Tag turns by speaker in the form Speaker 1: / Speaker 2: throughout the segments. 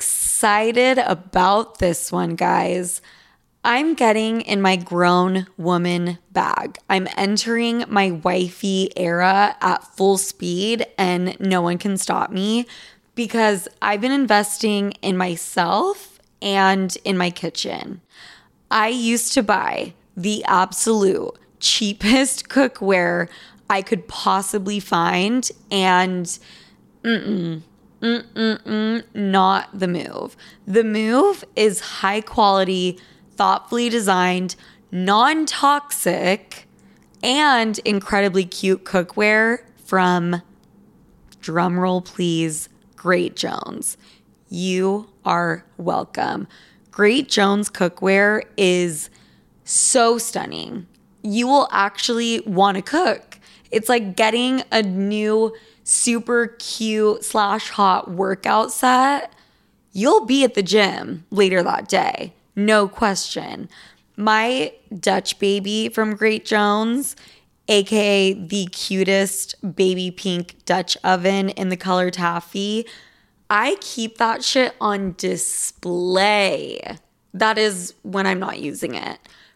Speaker 1: excited about this one, guys. I'm getting in my grown woman bag. I'm entering my wifey era at full speed, and no one can stop me because I've been investing in myself and in my kitchen. I used to buy the absolute cheapest cookware I could possibly find, and Mm-mm, not the move. The move is high quality, thoughtfully designed, non toxic, and incredibly cute cookware from, drumroll please, Great Jones. You are welcome. Great Jones cookware is so stunning. You will actually want to cook. It's like getting a new super cute slash hot workout set. You'll be at the gym later that day, no question. My Dutch baby from Great Jones, aka the cutest baby pink Dutch oven in the color taffy, I keep that shit on display. That is when I'm not using it.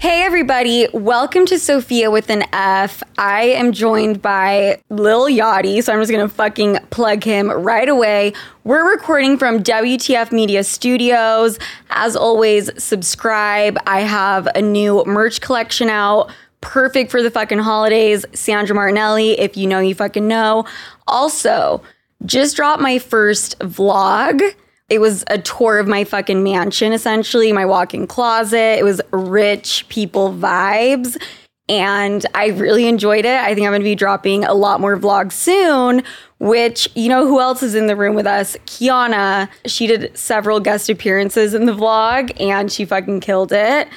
Speaker 1: Hey, everybody, welcome to Sophia with an F. I am joined by Lil Yachty, so I'm just gonna fucking plug him right away. We're recording from WTF Media Studios. As always, subscribe. I have a new merch collection out. Perfect for the fucking holidays. Sandra Martinelli, if you know, you fucking know. Also, just dropped my first vlog. It was a tour of my fucking mansion, essentially, my walk in closet. It was rich people vibes. And I really enjoyed it. I think I'm going to be dropping a lot more vlogs soon, which, you know, who else is in the room with us? Kiana. She did several guest appearances in the vlog and she fucking killed it.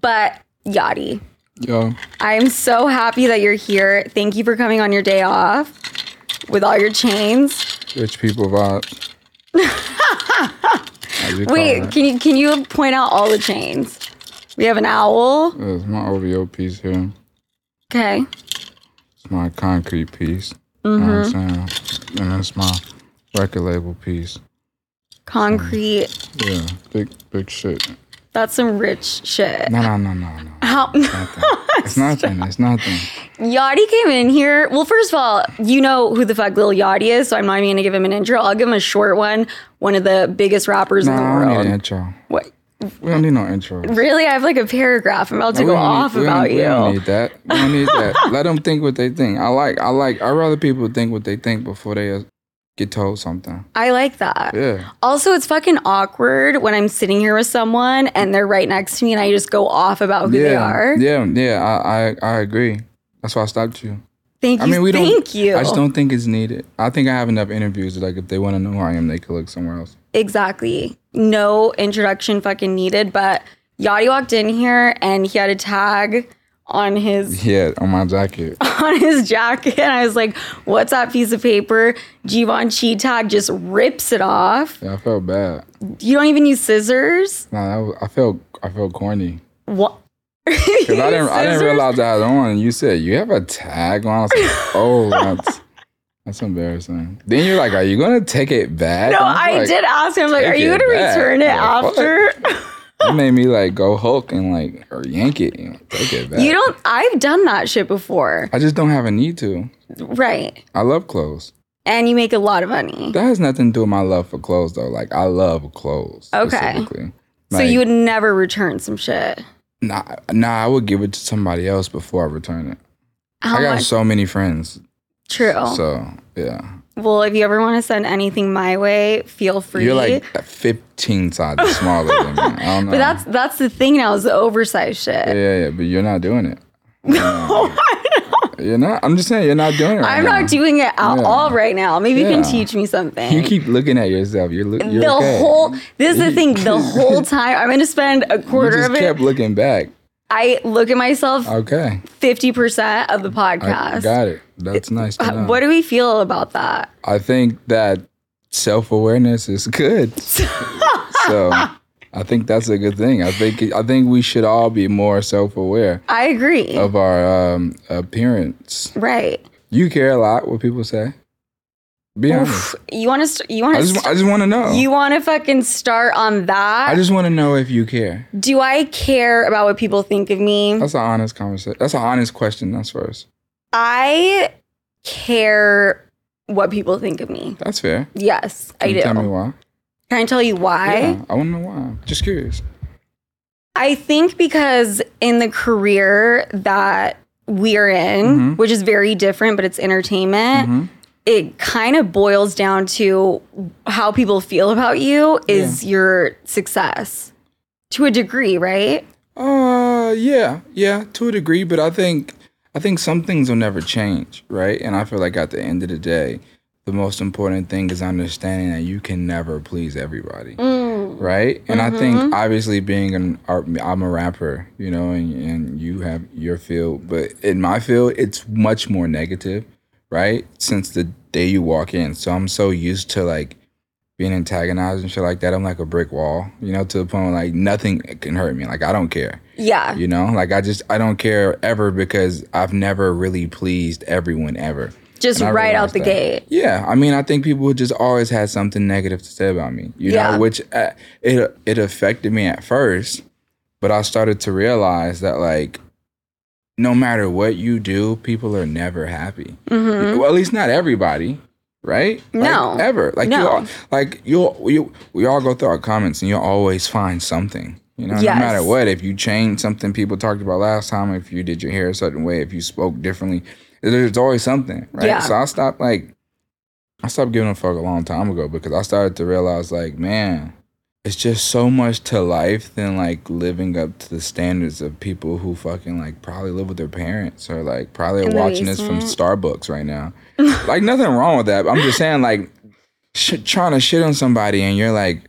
Speaker 1: But Yachty,
Speaker 2: Yo,
Speaker 1: I'm so happy that you're here. Thank you for coming on your day off with all your chains.
Speaker 2: rich people vibe. As you call
Speaker 1: Wait,
Speaker 2: it.
Speaker 1: can you can you point out all the chains? We have an owl.
Speaker 2: There's my OVO piece here.
Speaker 1: Okay.
Speaker 2: It's my concrete piece. You know what
Speaker 1: Mm-hmm.
Speaker 2: I'm saying? And that's my record label piece.
Speaker 1: Concrete.
Speaker 2: Yeah, big, big shit.
Speaker 1: That's some rich shit.
Speaker 2: No, no, no, no, no.
Speaker 1: How
Speaker 2: It's nothing. It's nothing.
Speaker 1: Yachty came in here. Well, first of all, you know who the fuck Lil Yachty is, so I'm not even gonna give him an intro. I'll give him a short one. One of the biggest rappers
Speaker 2: No,
Speaker 1: in the
Speaker 2: I don't need an
Speaker 1: world.
Speaker 2: intro.
Speaker 1: What?
Speaker 2: We don't need no intro.
Speaker 1: Really? I have like a paragraph. I'm about to
Speaker 2: We
Speaker 1: go
Speaker 2: don't need-
Speaker 1: off
Speaker 2: we don't-
Speaker 1: about
Speaker 2: we
Speaker 1: you.
Speaker 2: don't need that. We don't need that. Let them think what they think. I like. I like. I rather people think what they think before they uh, get told something.
Speaker 1: I like that.
Speaker 2: Yeah.
Speaker 1: Also, it's fucking awkward when I'm sitting here with someone and they're right next to me and I just go off about who
Speaker 2: yeah.
Speaker 1: they are.
Speaker 2: Yeah. Yeah. I, I. I agree. That's why I stopped you.
Speaker 1: Thank you.
Speaker 2: I mean, we don't.
Speaker 1: thank you.
Speaker 2: I just don't think it's needed. I think I have enough interviews. That, like, if they want to know who I am, they could look somewhere else.
Speaker 1: Exactly. No introduction fucking needed, but Yachty walked in here and he had a tag on his
Speaker 2: Yeah, on my jacket.
Speaker 1: on his jacket. And I was like, what's that piece of paper? Givenchy tag just rips it off.
Speaker 2: Yeah, I felt bad.
Speaker 1: You don't even use scissors.
Speaker 2: Nah, that was, I felt. I felt corny
Speaker 1: What?
Speaker 2: because I didn't. I didn't realize I had on. And you said you have a tag on. I was like, oh, that's that's embarrassing. Then you're like, are you gonna take it back?
Speaker 1: No,
Speaker 2: And was
Speaker 1: I
Speaker 2: like-
Speaker 1: did ask him, like,
Speaker 2: take
Speaker 1: are you
Speaker 2: it
Speaker 1: going to
Speaker 2: back.
Speaker 1: return it
Speaker 2: Like, what?
Speaker 1: after?
Speaker 2: That made me like go Hulk and like or yank it and take it back.
Speaker 1: you don't, I've done that shit before.
Speaker 2: I just don't have a need to.
Speaker 1: Right.
Speaker 2: I love clothes.
Speaker 1: and you make a lot of money.
Speaker 2: That has nothing to do with my love for clothes, though. Like I love clothes.
Speaker 1: Okay.
Speaker 2: Specifically.
Speaker 1: so
Speaker 2: Like,
Speaker 1: you would never return some shit.
Speaker 2: Nah, nah. I would give it to somebody else before I return it.
Speaker 1: How
Speaker 2: I got
Speaker 1: much? Oh.
Speaker 2: so many friends.
Speaker 1: True.
Speaker 2: So yeah,
Speaker 1: well, if you ever want to send anything my way, feel free.
Speaker 2: you're like 15 sizes smaller than me. I don't know.
Speaker 1: but that's that's the thing now is the oversized shit.
Speaker 2: yeah, yeah, yeah, but you're not doing it.
Speaker 1: No,
Speaker 2: You're not. I'm just saying you're not doing it. Right
Speaker 1: I'm
Speaker 2: now.
Speaker 1: not doing it at
Speaker 2: Yeah.
Speaker 1: all right now. Maybe you can
Speaker 2: Yeah.
Speaker 1: teach me something.
Speaker 2: You keep looking at yourself. You're, look. you're
Speaker 1: the
Speaker 2: okay.
Speaker 1: whole this is the thing. The whole time I'm gonna spend a
Speaker 2: You
Speaker 1: quarter
Speaker 2: just
Speaker 1: of
Speaker 2: kept
Speaker 1: it.
Speaker 2: looking back.
Speaker 1: I look at myself
Speaker 2: Okay,
Speaker 1: fifty percent of the
Speaker 2: I
Speaker 1: podcast.
Speaker 2: got it. That's nice. To know.
Speaker 1: uh, What do we feel about that?
Speaker 2: I think that self awareness is good. so I think that's a good thing. I think I think we should all be more self aware
Speaker 1: I agree.
Speaker 2: of our um, appearance.
Speaker 1: right.
Speaker 2: You care a lot what people say. Be
Speaker 1: Oof.
Speaker 2: honest.
Speaker 1: You want to? St- you want
Speaker 2: I
Speaker 1: to?
Speaker 2: just I just want to know.
Speaker 1: you want to fucking start on that?
Speaker 2: I just want to know if you care.
Speaker 1: Do I care about what people think of me?
Speaker 2: That's an honest conversation. That's an honest question. That's first.
Speaker 1: I care what people think of me.
Speaker 2: That's fair.
Speaker 1: Yes,
Speaker 2: Can
Speaker 1: I
Speaker 2: you
Speaker 1: do.
Speaker 2: Tell me why.
Speaker 1: Can I tell you why?
Speaker 2: yeah, I want to know why. Just curious.
Speaker 1: I think because in the career that we're in,
Speaker 2: Mhm.
Speaker 1: which is very different, but it's entertainment,
Speaker 2: Mhm.
Speaker 1: it kind of boils down to how people feel about you is your success to a degree, right?
Speaker 2: Uh, yeah, yeah, to a degree, but I think I think some things will never change, right? And I feel like at the end of the day, the most important thing is understanding that you can never please everybody, right? And I think obviously being an art, I'm a rapper, you know, and and you have your field, but in my field, it's much more negative, right? Since the day you walk in, so I'm so used to like being antagonized and shit like that. I'm like a brick wall, you know, to the point where like nothing can hurt me. Like I don't care,
Speaker 1: Yeah.
Speaker 2: you know. Like I just I don't care ever because I've never really pleased everyone ever.
Speaker 1: Just
Speaker 2: And I
Speaker 1: right out
Speaker 2: realized
Speaker 1: the
Speaker 2: that.
Speaker 1: gate.
Speaker 2: Yeah, I mean, I think people just always had something negative to say about me, you
Speaker 1: Yeah.
Speaker 2: know, which uh, it it affected me at first, but I started to realize that like no matter what you do, people are never happy.
Speaker 1: Mm-hmm.
Speaker 2: Well, at least not everybody, right? Like,
Speaker 1: No.
Speaker 2: ever. Like
Speaker 1: No.
Speaker 2: you, all, like you'll you we all go through our comments, and you'll always find something. You know,
Speaker 1: Yes.
Speaker 2: no matter what, if you change something people talked about last time, if you did your hair a certain way, if you spoke differently, there's always something, right?
Speaker 1: Yeah.
Speaker 2: So I stopped like, I stopped giving a fuck a long time ago because I started to realize like, man, it's just so much to life than like living up to the standards of people who fucking like probably live with their parents or like probably
Speaker 1: In
Speaker 2: are
Speaker 1: the
Speaker 2: watching this from Starbucks right now. like nothing wrong with that. But I'm just saying like sh- trying to shit on somebody and you're like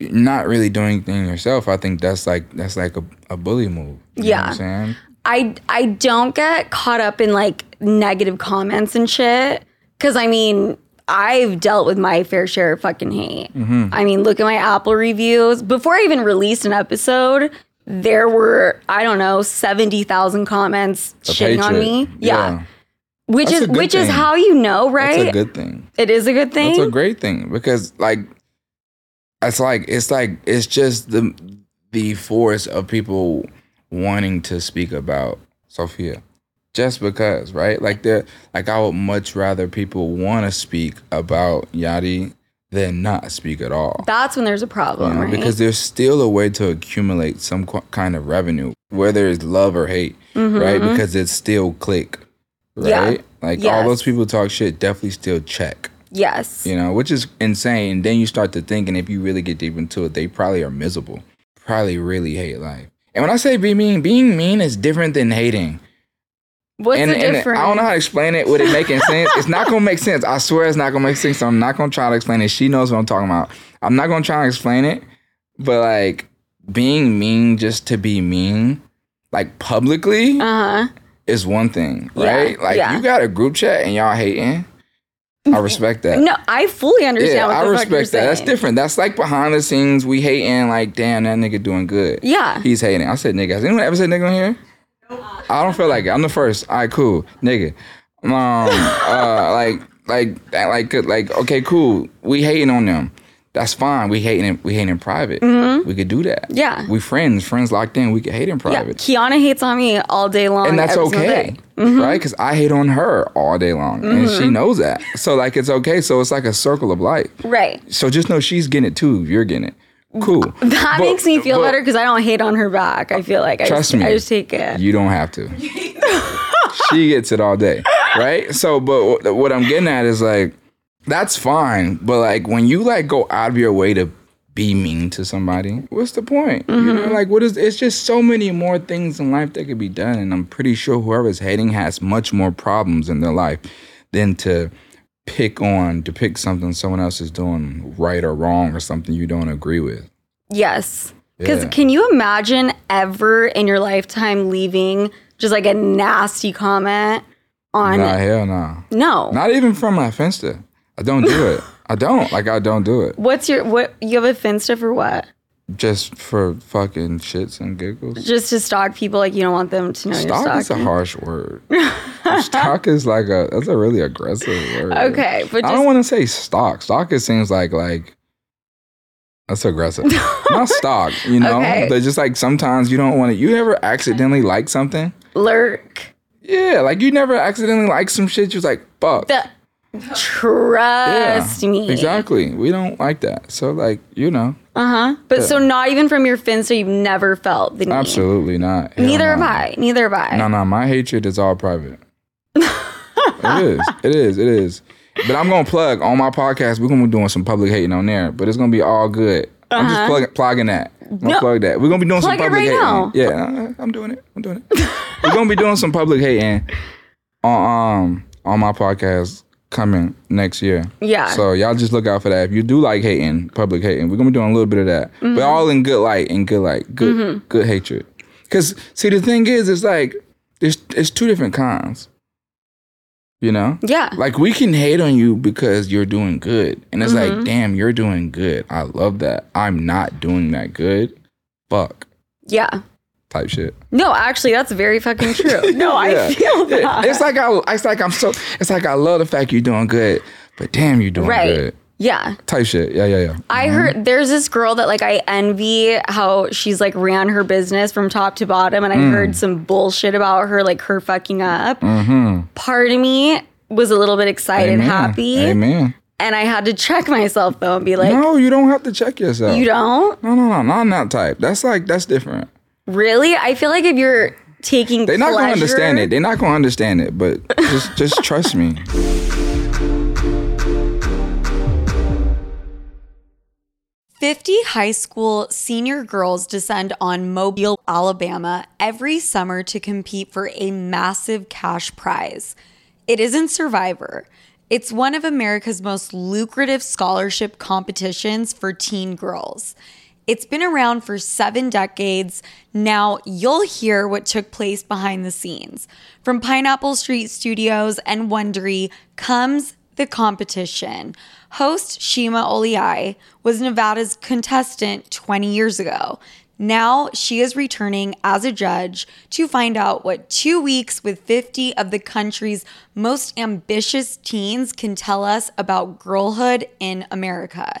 Speaker 2: not really doing anything yourself. I think that's like that's like a, a bully move. You know what
Speaker 1: Yeah.
Speaker 2: I'm saying?
Speaker 1: I I don't get caught up in like negative comments and shit. Cause I mean, I've dealt with my fair share of fucking hate.
Speaker 2: Mm-hmm.
Speaker 1: I mean, look at my Apple reviews. Before I even released an episode, there were, I don't know, 70,000 comments
Speaker 2: A
Speaker 1: shitting on
Speaker 2: patriot.
Speaker 1: me. Yeah. Which
Speaker 2: That's
Speaker 1: is
Speaker 2: a good
Speaker 1: which is
Speaker 2: thing.
Speaker 1: how you know,
Speaker 2: That's a
Speaker 1: right?
Speaker 2: good thing.
Speaker 1: it is a good thing.
Speaker 2: That's a great thing because like it's like it's like it's just the the force of people wanting to speak about Sophia. Just because, right? Like they're like I would much rather people wanna speak about Yadi than not speak at all.
Speaker 1: That's when there's a problem,
Speaker 2: You know,
Speaker 1: right?
Speaker 2: Because there's still a way to accumulate some qu- kind of revenue, whether it's love or hate, right? Because it's still click,
Speaker 1: Mm-hmm, Yeah.
Speaker 2: right? Like all
Speaker 1: Yes.
Speaker 2: those people talk shit, definitely still check
Speaker 1: yes.
Speaker 2: you know, which is insane. And then you start to think, and if you really get deep into it, they probably are miserable, probably really hate life. And when I say be mean, being mean is different than hating.
Speaker 1: What's
Speaker 2: and,
Speaker 1: the
Speaker 2: and
Speaker 1: difference?
Speaker 2: I don't know how to explain it with it making sense. It's not gonna make sense. I swear it's not gonna make sense. I'm not gonna try to explain it. She knows what I'm talking about. I'm not gonna try to explain it, but like being mean just to be mean, like publicly,
Speaker 1: Uh-huh.
Speaker 2: is one thing,
Speaker 1: Yeah,
Speaker 2: right? like
Speaker 1: yeah.
Speaker 2: you got a group chat and y'all hating. I respect that.
Speaker 1: No, I fully understand
Speaker 2: Yeah,
Speaker 1: what the
Speaker 2: I
Speaker 1: fuck
Speaker 2: respect
Speaker 1: you're
Speaker 2: that. That's
Speaker 1: saying.
Speaker 2: different. That's like behind the scenes. We hating like, damn, that nigga doing good.
Speaker 1: Yeah.
Speaker 2: He's hating. I said nigga. Has anyone ever said nigga on here? I don't feel like it. I'm the first. All right, cool, nigga. Um, uh, like, like, like, like, okay, cool. We hating on them. That's fine. We hate in we hate in private. We could do that.
Speaker 1: Mm-hmm. Yeah.
Speaker 2: We friends, friends locked in. We could hate in
Speaker 1: Yeah,
Speaker 2: private.
Speaker 1: Kiana hates on me all day long,
Speaker 2: and that's
Speaker 1: every single
Speaker 2: okay,
Speaker 1: day. Mm-hmm.
Speaker 2: right? Because I hate on her all day long, and she knows that. So like, it's okay. So it's like a circle of life.
Speaker 1: Right.
Speaker 2: So just know she's getting it too. You're getting it. Cool.
Speaker 1: That
Speaker 2: But-
Speaker 1: makes me feel
Speaker 2: but
Speaker 1: better because I don't hate on her back. I feel like I
Speaker 2: Trust
Speaker 1: just,
Speaker 2: me.
Speaker 1: I just take it.
Speaker 2: You don't have to. she gets it all day, right? So, but wh- what I'm getting at is like, that's fine. But like, when you like go out of your way to be mean to somebody, what's the point? You know, like, what is? It's just so many more things in life that could be done, and I'm pretty sure whoever's hating has much more problems in their life than to pick on to pick something someone else is doing right or wrong or something you don't agree with.
Speaker 1: Yes. Because
Speaker 2: Yeah.
Speaker 1: can you imagine ever in your lifetime leaving just like a nasty comment on
Speaker 2: Nah, hell nah.
Speaker 1: no?
Speaker 2: Not even from my Finsta. I don't do it. I don't. Like I don't do it.
Speaker 1: What's your what? You have a Finsta for what?
Speaker 2: Just for fucking shits and giggles.
Speaker 1: Just to stalk people like you don't want them to know
Speaker 2: Stock
Speaker 1: you're
Speaker 2: is a
Speaker 1: stalking.
Speaker 2: harsh word. stock is like a that's a really aggressive word.
Speaker 1: Okay, but
Speaker 2: I
Speaker 1: just-
Speaker 2: don't want to say stock. Stock it seems like like that's aggressive. Not stock, you know?
Speaker 1: Okay.
Speaker 2: But just like sometimes you don't want to you ever accidentally like something.
Speaker 1: Lurk.
Speaker 2: Yeah, like you never accidentally like some shit. You're like, fuck.
Speaker 1: The, trust me.
Speaker 2: Exactly. We don't like that. So like, you know,
Speaker 1: Uh huh. But so not even from your Finsta, you've never felt the need.
Speaker 2: absolutely not. Hell
Speaker 1: Neither have
Speaker 2: no.
Speaker 1: I. Neither have I.
Speaker 2: No, no, my hatred is all private. it is. It is. It is. But I'm gonna plug on my podcast. We're gonna be doing some public hating on there, but it's gonna be all good. I'm just plug, plugging that. I'm gonna
Speaker 1: No.
Speaker 2: plug that. We're gonna be doing some
Speaker 1: Uh-huh. Plug it
Speaker 2: public
Speaker 1: right
Speaker 2: hating.
Speaker 1: now.
Speaker 2: Yeah, I- I'm doing it. I'm doing it. We're gonna be doing some public hating on um on my podcast coming next year.
Speaker 1: Yeah.
Speaker 2: So y'all just look out for that. If you do like hating, public hating, we're gonna be doing a little bit of that,
Speaker 1: Mm-hmm.
Speaker 2: but all in good light and good light, good good hatred. Cause see, the thing is, it's like there's it's two different kinds. You know.
Speaker 1: Yeah.
Speaker 2: Like we can hate on you because you're doing good, and it's
Speaker 1: Mm-hmm.
Speaker 2: like, damn, you're doing good. I love that. I'm not doing that good. Fuck
Speaker 1: yeah.
Speaker 2: type shit.
Speaker 1: No, actually, that's very fucking true. No,
Speaker 2: Yeah.
Speaker 1: I feel that.
Speaker 2: Yeah. It's like I, it's like I'm so, it's like I love the fact you're doing good, but damn, you're doing
Speaker 1: Right.
Speaker 2: good
Speaker 1: Yeah.
Speaker 2: type shit. Yeah, yeah, yeah.
Speaker 1: I heard there's this girl that like I envy how she's like ran her business from top to bottom, and I
Speaker 2: Mm.
Speaker 1: heard some bullshit about her, like her fucking up. Part of me was a little bit excited, and
Speaker 2: Mm-hmm. Amen.
Speaker 1: happy,
Speaker 2: Amen.
Speaker 1: and I had to check myself though and be like,
Speaker 2: No, you don't have to check yourself.
Speaker 1: "You don't
Speaker 2: no, no, no, not in that type. That's like that's different.
Speaker 1: really." I feel like if you're taking,
Speaker 2: They're not gonna
Speaker 1: pleasure-
Speaker 2: understand it. They're not gonna understand it. But just just trust me.
Speaker 3: Fifty high school senior girls descend on Mobile, Alabama, every summer to compete for a massive cash prize. It isn't Survivor. It's one of America's most lucrative scholarship competitions for teen girls. It's been around for seven decades. Now you'll hear what took place behind the scenes. From Pineapple Street Studios and Wondery comes the competition. Host Shima Oliai was Nevada's contestant 20 years ago. Now she is returning as a judge to find out what two weeks with 50 of the country's most ambitious teens can tell us about girlhood in America.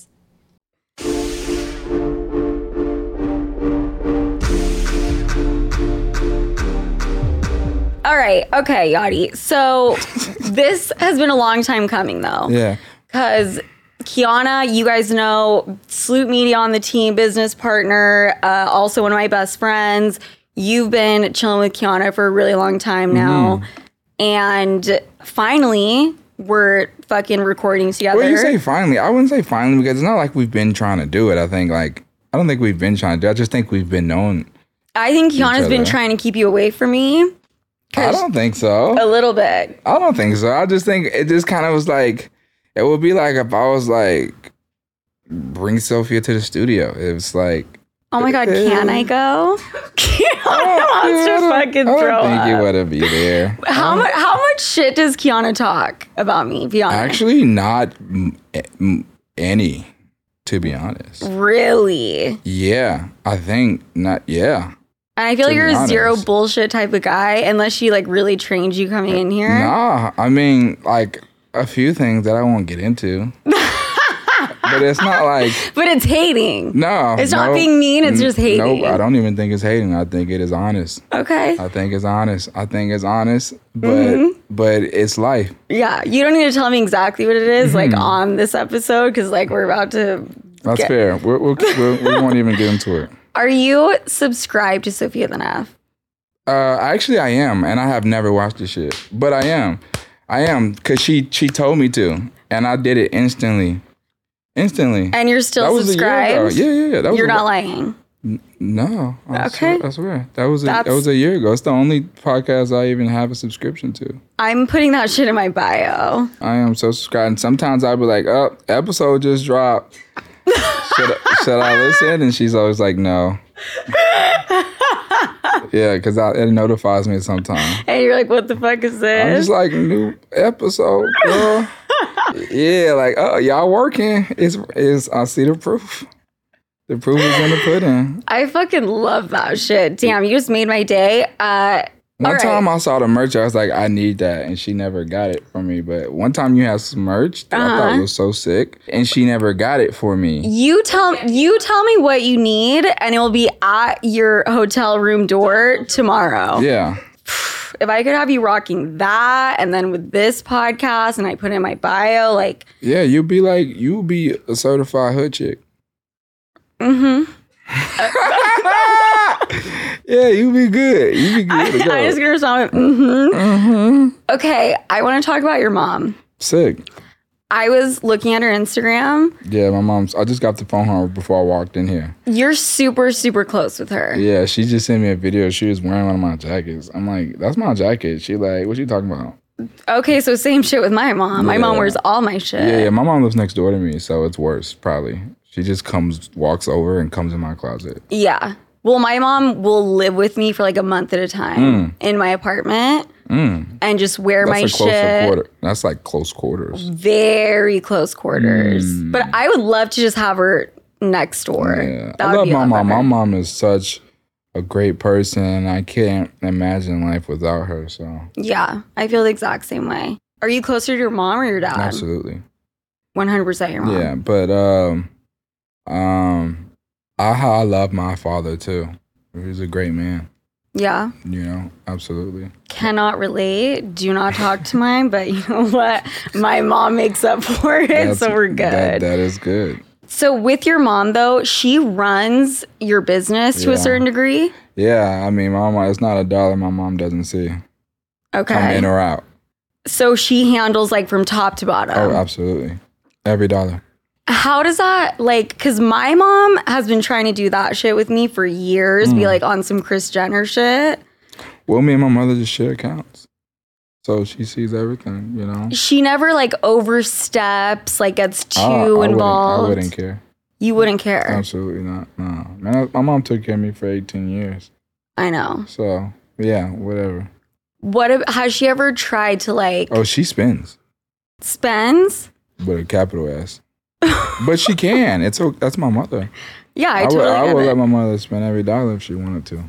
Speaker 1: All right, okay, Yadi. So this has been a long time coming though.
Speaker 2: Yeah.
Speaker 1: because Kiana, you guys know, Sloot Media on the team, business partner, uh, also one of my best friends. You've been chilling with Kiana for a really long time now.
Speaker 2: Mm-hmm.
Speaker 1: And finally, we're fucking recording together.
Speaker 2: Well, you say finally. I wouldn't say finally because it's not like we've been trying to do it. I think like I don't think we've been trying to. do it. I just think we've been known.
Speaker 1: I think Kiana's been
Speaker 2: other.
Speaker 1: trying to keep you away from me
Speaker 2: I don't think so.
Speaker 1: a little bit.
Speaker 2: I don't think so. I just think it just kind of was like it would be like if I was like bring Sophia to the studio. It was like
Speaker 1: Oh my god, can I go? Kiana
Speaker 2: Oh,
Speaker 1: wants to fucking
Speaker 2: I
Speaker 1: throw
Speaker 2: don't think
Speaker 1: up.
Speaker 2: it would be there.
Speaker 1: How much? How much shit does Kiana talk about me? Be honest.
Speaker 2: Actually, not m- m- any, to be honest.
Speaker 1: really? And
Speaker 2: Yeah, I think not. Yeah,
Speaker 1: I feel
Speaker 2: To
Speaker 1: like you're
Speaker 2: be
Speaker 1: a zero
Speaker 2: honest.
Speaker 1: bullshit type of guy, unless she like really trained you coming in here.
Speaker 2: nah. I mean, like a few things that I won't get into, but it's not like
Speaker 1: But it's hating.
Speaker 2: no.
Speaker 1: It's not
Speaker 2: no,
Speaker 1: being mean, it's
Speaker 2: n-
Speaker 1: just hating.
Speaker 2: No, I don't even think it's hating. I think it is honest.
Speaker 1: Okay.
Speaker 2: I think it's honest. I think it's honest, but
Speaker 1: Mm-hmm.
Speaker 2: but it's life.
Speaker 1: Yeah. You don't need to tell me exactly what it is, like
Speaker 2: Mm-hmm.
Speaker 1: on this episode, because like we're about to.
Speaker 2: That's
Speaker 1: Get-
Speaker 2: fair. We're, we're, we're, we won't even get into it.
Speaker 1: Are you subscribed to Sophia the Nav?
Speaker 2: Uh, actually, I am, and I have never watched this shit, but I am, I am, cause she she told me to, and I did it instantly, instantly.
Speaker 1: And you're
Speaker 2: that
Speaker 1: still
Speaker 2: was a year ago.
Speaker 1: subscribed.
Speaker 2: Yeah, yeah, yeah. That was
Speaker 1: You're
Speaker 2: a,
Speaker 1: not lying.
Speaker 2: No. I
Speaker 1: Okay.
Speaker 2: Swear, I swear. That was a, that
Speaker 1: That's-
Speaker 2: was a year ago. It's the only podcast I even have a subscription to.
Speaker 1: I'm putting that shit in my bio.
Speaker 2: I am so subscribed. And sometimes I'll be like, oh, episode just dropped. should, I, should I listen? And she's always like, no. yeah, because it notifies me sometimes.
Speaker 1: And you're like, what the fuck is
Speaker 2: I'm
Speaker 1: this?
Speaker 2: just like new episode, girl. yeah, like oh y'all working. It's is I see the proof. The proof is in the pudding.
Speaker 1: I fucking love that shit. Damn, you just made my day. Uh,
Speaker 2: One
Speaker 1: All right.
Speaker 2: time I saw the merch, I was like, I need that, and she never got it for me. But one time you had some merch that I thought
Speaker 1: Uh-huh.
Speaker 2: was so sick, and she never got it for me.
Speaker 1: you tell you tell me what you need, and it will be at your hotel room door tomorrow.
Speaker 2: Yeah,
Speaker 1: If I could have you rocking that, and then with this podcast, and I put it in my bio, like,
Speaker 2: yeah. You'd be like, you'd be a certified hood chick.
Speaker 1: mm-hmm.
Speaker 2: Yeah, you'd be good. You'd be
Speaker 1: I,
Speaker 2: good to go.
Speaker 1: I just gonna respond. Mm-hmm.
Speaker 2: hmm
Speaker 1: Okay, I want to talk about your mom.
Speaker 2: Sick.
Speaker 1: I was looking at her Instagram.
Speaker 2: Yeah, my mom's. I just got the phone home before I walked in here.
Speaker 1: You're super, super close with her.
Speaker 2: Yeah, she just sent me a video. She was wearing one of my jackets. I'm like, that's my jacket. She like, what you talking about?
Speaker 1: Okay, so same shit with my mom. My mom
Speaker 2: Yeah.
Speaker 1: wears all my shit.
Speaker 2: Yeah, yeah. My mom lives next door to me, so it's worse probably. She just comes, walks over, and comes in my closet.
Speaker 1: Yeah. Well, my mom will live with me for like a month at a time in my apartment and just wear
Speaker 2: Hmm. Mm, That's
Speaker 1: my
Speaker 2: a close
Speaker 1: shit
Speaker 2: quarter. That's like close quarters. Hmm.
Speaker 1: very close quarters. But I would love to just have her next door.
Speaker 2: Yeah,
Speaker 1: That
Speaker 2: I
Speaker 1: would
Speaker 2: love
Speaker 1: be a
Speaker 2: my
Speaker 1: lot
Speaker 2: mom. My
Speaker 1: better.
Speaker 2: mom is such a great person. I can't imagine life without her. So
Speaker 1: Yeah, I feel the exact same way. Are you closer to your mom or your dad?
Speaker 2: absolutely,
Speaker 1: 100% your mom.
Speaker 2: yeah. But um, um, I how I love my father too. He was a great man.
Speaker 1: Yeah.
Speaker 2: You know, absolutely.
Speaker 1: Cannot relate. Do not talk to mine, but you know what? My mom makes up for it,
Speaker 2: That's-
Speaker 1: so we're good.
Speaker 2: that- that is good.
Speaker 1: So with your mom though, she runs your business to a
Speaker 2: Yeah.
Speaker 1: certain degree.
Speaker 2: Yeah, I mean, my mom, it's not a dollar my mom doesn't see come
Speaker 1: Okay.
Speaker 2: in or out.
Speaker 1: so she handles like from top to bottom.
Speaker 2: Oh, absolutely. Every dollar.
Speaker 1: How does that like cuz my mom has been trying to do that shit with me for years,
Speaker 2: Mm.
Speaker 1: be like on some Chris Jenner shit.
Speaker 2: Well, me and my mother just share accounts. So she sees everything, you know?
Speaker 1: She never like oversteps, like gets too
Speaker 2: I- Ah, I wouldn't-
Speaker 1: involved.
Speaker 2: I wouldn't care.
Speaker 1: you wouldn't care.
Speaker 2: Absolutely not. No. Man, I- my mom took care of me for 18 years.
Speaker 1: I know.
Speaker 2: So, yeah, whatever.
Speaker 1: What if, has she ever tried to like
Speaker 2: Oh, she spends
Speaker 1: spends?
Speaker 2: with a capital S. but she can. It's o- That's my mother.
Speaker 1: Yeah, I,
Speaker 2: would,
Speaker 1: totally
Speaker 2: I
Speaker 1: get
Speaker 2: would
Speaker 1: it.
Speaker 2: let my mother spend every dollar if she wanted to.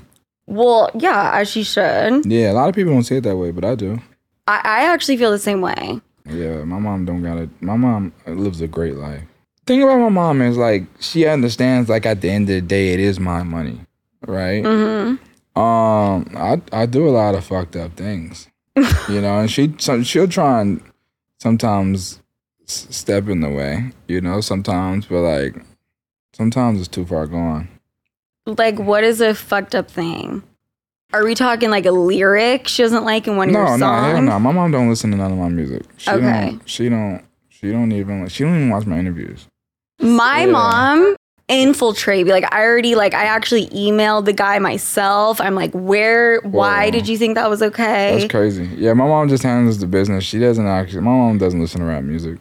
Speaker 1: Well, yeah, as she should.
Speaker 2: Yeah, a lot of people don't see it that way, but I do.
Speaker 1: I, I actually feel the same way.
Speaker 2: Yeah, my mom don't got it. My mom lives a great life. Thing about my mom is like she understands. Like at the end of the day, it is my money, right?
Speaker 1: Mm-hmm.
Speaker 2: Um, I I do a lot of fucked up things, you know, and she some, she'll try and sometimes s- step in the way, you know. Sometimes, but like sometimes it's too far gone.
Speaker 1: Like, what is a fucked up thing? Are we talking like a lyric she doesn't like in one of
Speaker 2: No,
Speaker 1: your
Speaker 2: no, hell
Speaker 1: songs?
Speaker 2: no. My mom don't listen to none of my music. She
Speaker 1: Okay.
Speaker 2: don't. She don't. She don't even. She don't even watch my interviews.
Speaker 1: My
Speaker 2: Yeah.
Speaker 1: mom infiltrate me. Like, I already like I actually emailed the guy myself. I'm like, where? Why
Speaker 2: Whoa.
Speaker 1: did you think that was
Speaker 2: That's
Speaker 1: okay?
Speaker 2: crazy. Yeah, my mom just handles the business. She doesn't actually. My mom doesn't listen to rap music.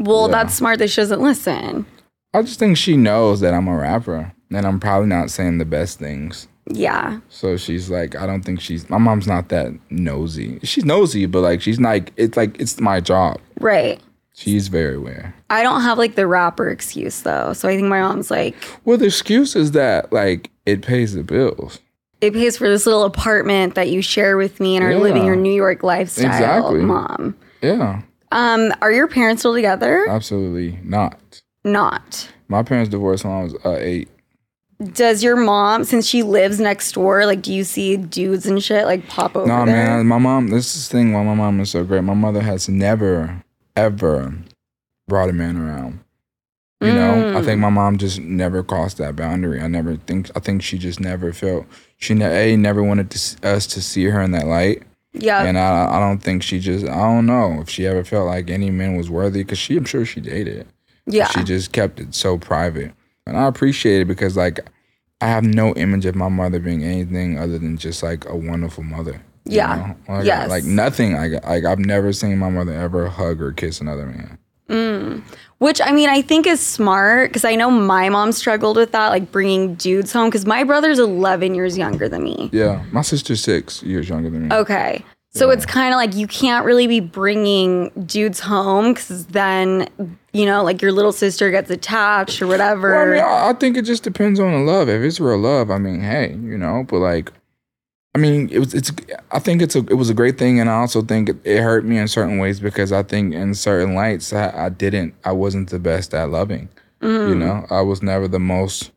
Speaker 1: well,
Speaker 2: yeah.
Speaker 1: that's smart that she doesn't listen.
Speaker 2: I just think she knows that I'm a rapper. And I'm probably not saying the best things.
Speaker 1: Yeah.
Speaker 2: So she's like, I don't think she's. My mom's not that nosy. She's nosy, but like she's like, it's like it's my job.
Speaker 1: Right.
Speaker 2: She's very aware.
Speaker 1: I don't have like the rapper excuse though. So I think my mom's like,
Speaker 2: Well, the excuse is that like it pays the bills.
Speaker 1: it pays for this little apartment that you share with me and are living
Speaker 2: Yeah.
Speaker 1: your New York lifestyle,
Speaker 2: Exactly.
Speaker 1: mom.
Speaker 2: Yeah,
Speaker 1: Um, are your parents still
Speaker 2: Uh,
Speaker 1: together?
Speaker 2: absolutely not.
Speaker 1: Not.
Speaker 2: My parents divorced when I was uh, eight.
Speaker 1: Does your mom, since she lives next door, like do you see dudes and shit like pop over?
Speaker 2: nah,
Speaker 1: there?
Speaker 2: man. My mom. This is the thing. Why my mom is so great. My mother has never, ever, brought a man around. You know, I
Speaker 1: Mm.
Speaker 2: think my mom just never crossed that boundary. I never think. I think she just never felt. She ne- a never wanted to, s- us to see her in that light.
Speaker 1: Yeah.
Speaker 2: And I, I don't think she just, I don't know if she ever felt like any man was worthy because she, I'm sure she dated.
Speaker 1: yeah.
Speaker 2: She just kept it so private. And I appreciate it because, like, I have no image of my mother being anything other than just like a wonderful mother. you
Speaker 1: Yeah.
Speaker 2: know? Like,
Speaker 1: Yes.
Speaker 2: like nothing. Like, like I've never seen my mother ever hug or kiss another man.
Speaker 1: Which I mean, I think is smart because I know my mom struggled with that, like bringing dudes home because my brother's 11 years younger than me.
Speaker 2: Yeah, my sister's six years younger than me.
Speaker 1: Okay. So it's kind of like you can't really be bringing dudes home because then, you know, like your little sister gets attached or whatever.
Speaker 2: Well, I mean, I, I think it just depends on the love. If it's real love, I mean, hey, you know. But like, I mean, it was. It's. I think it's a. It was a great thing, and I also think it, it hurt me in certain ways because I think in certain lights, I, I didn't. I wasn't the best at loving. You know, I was never the most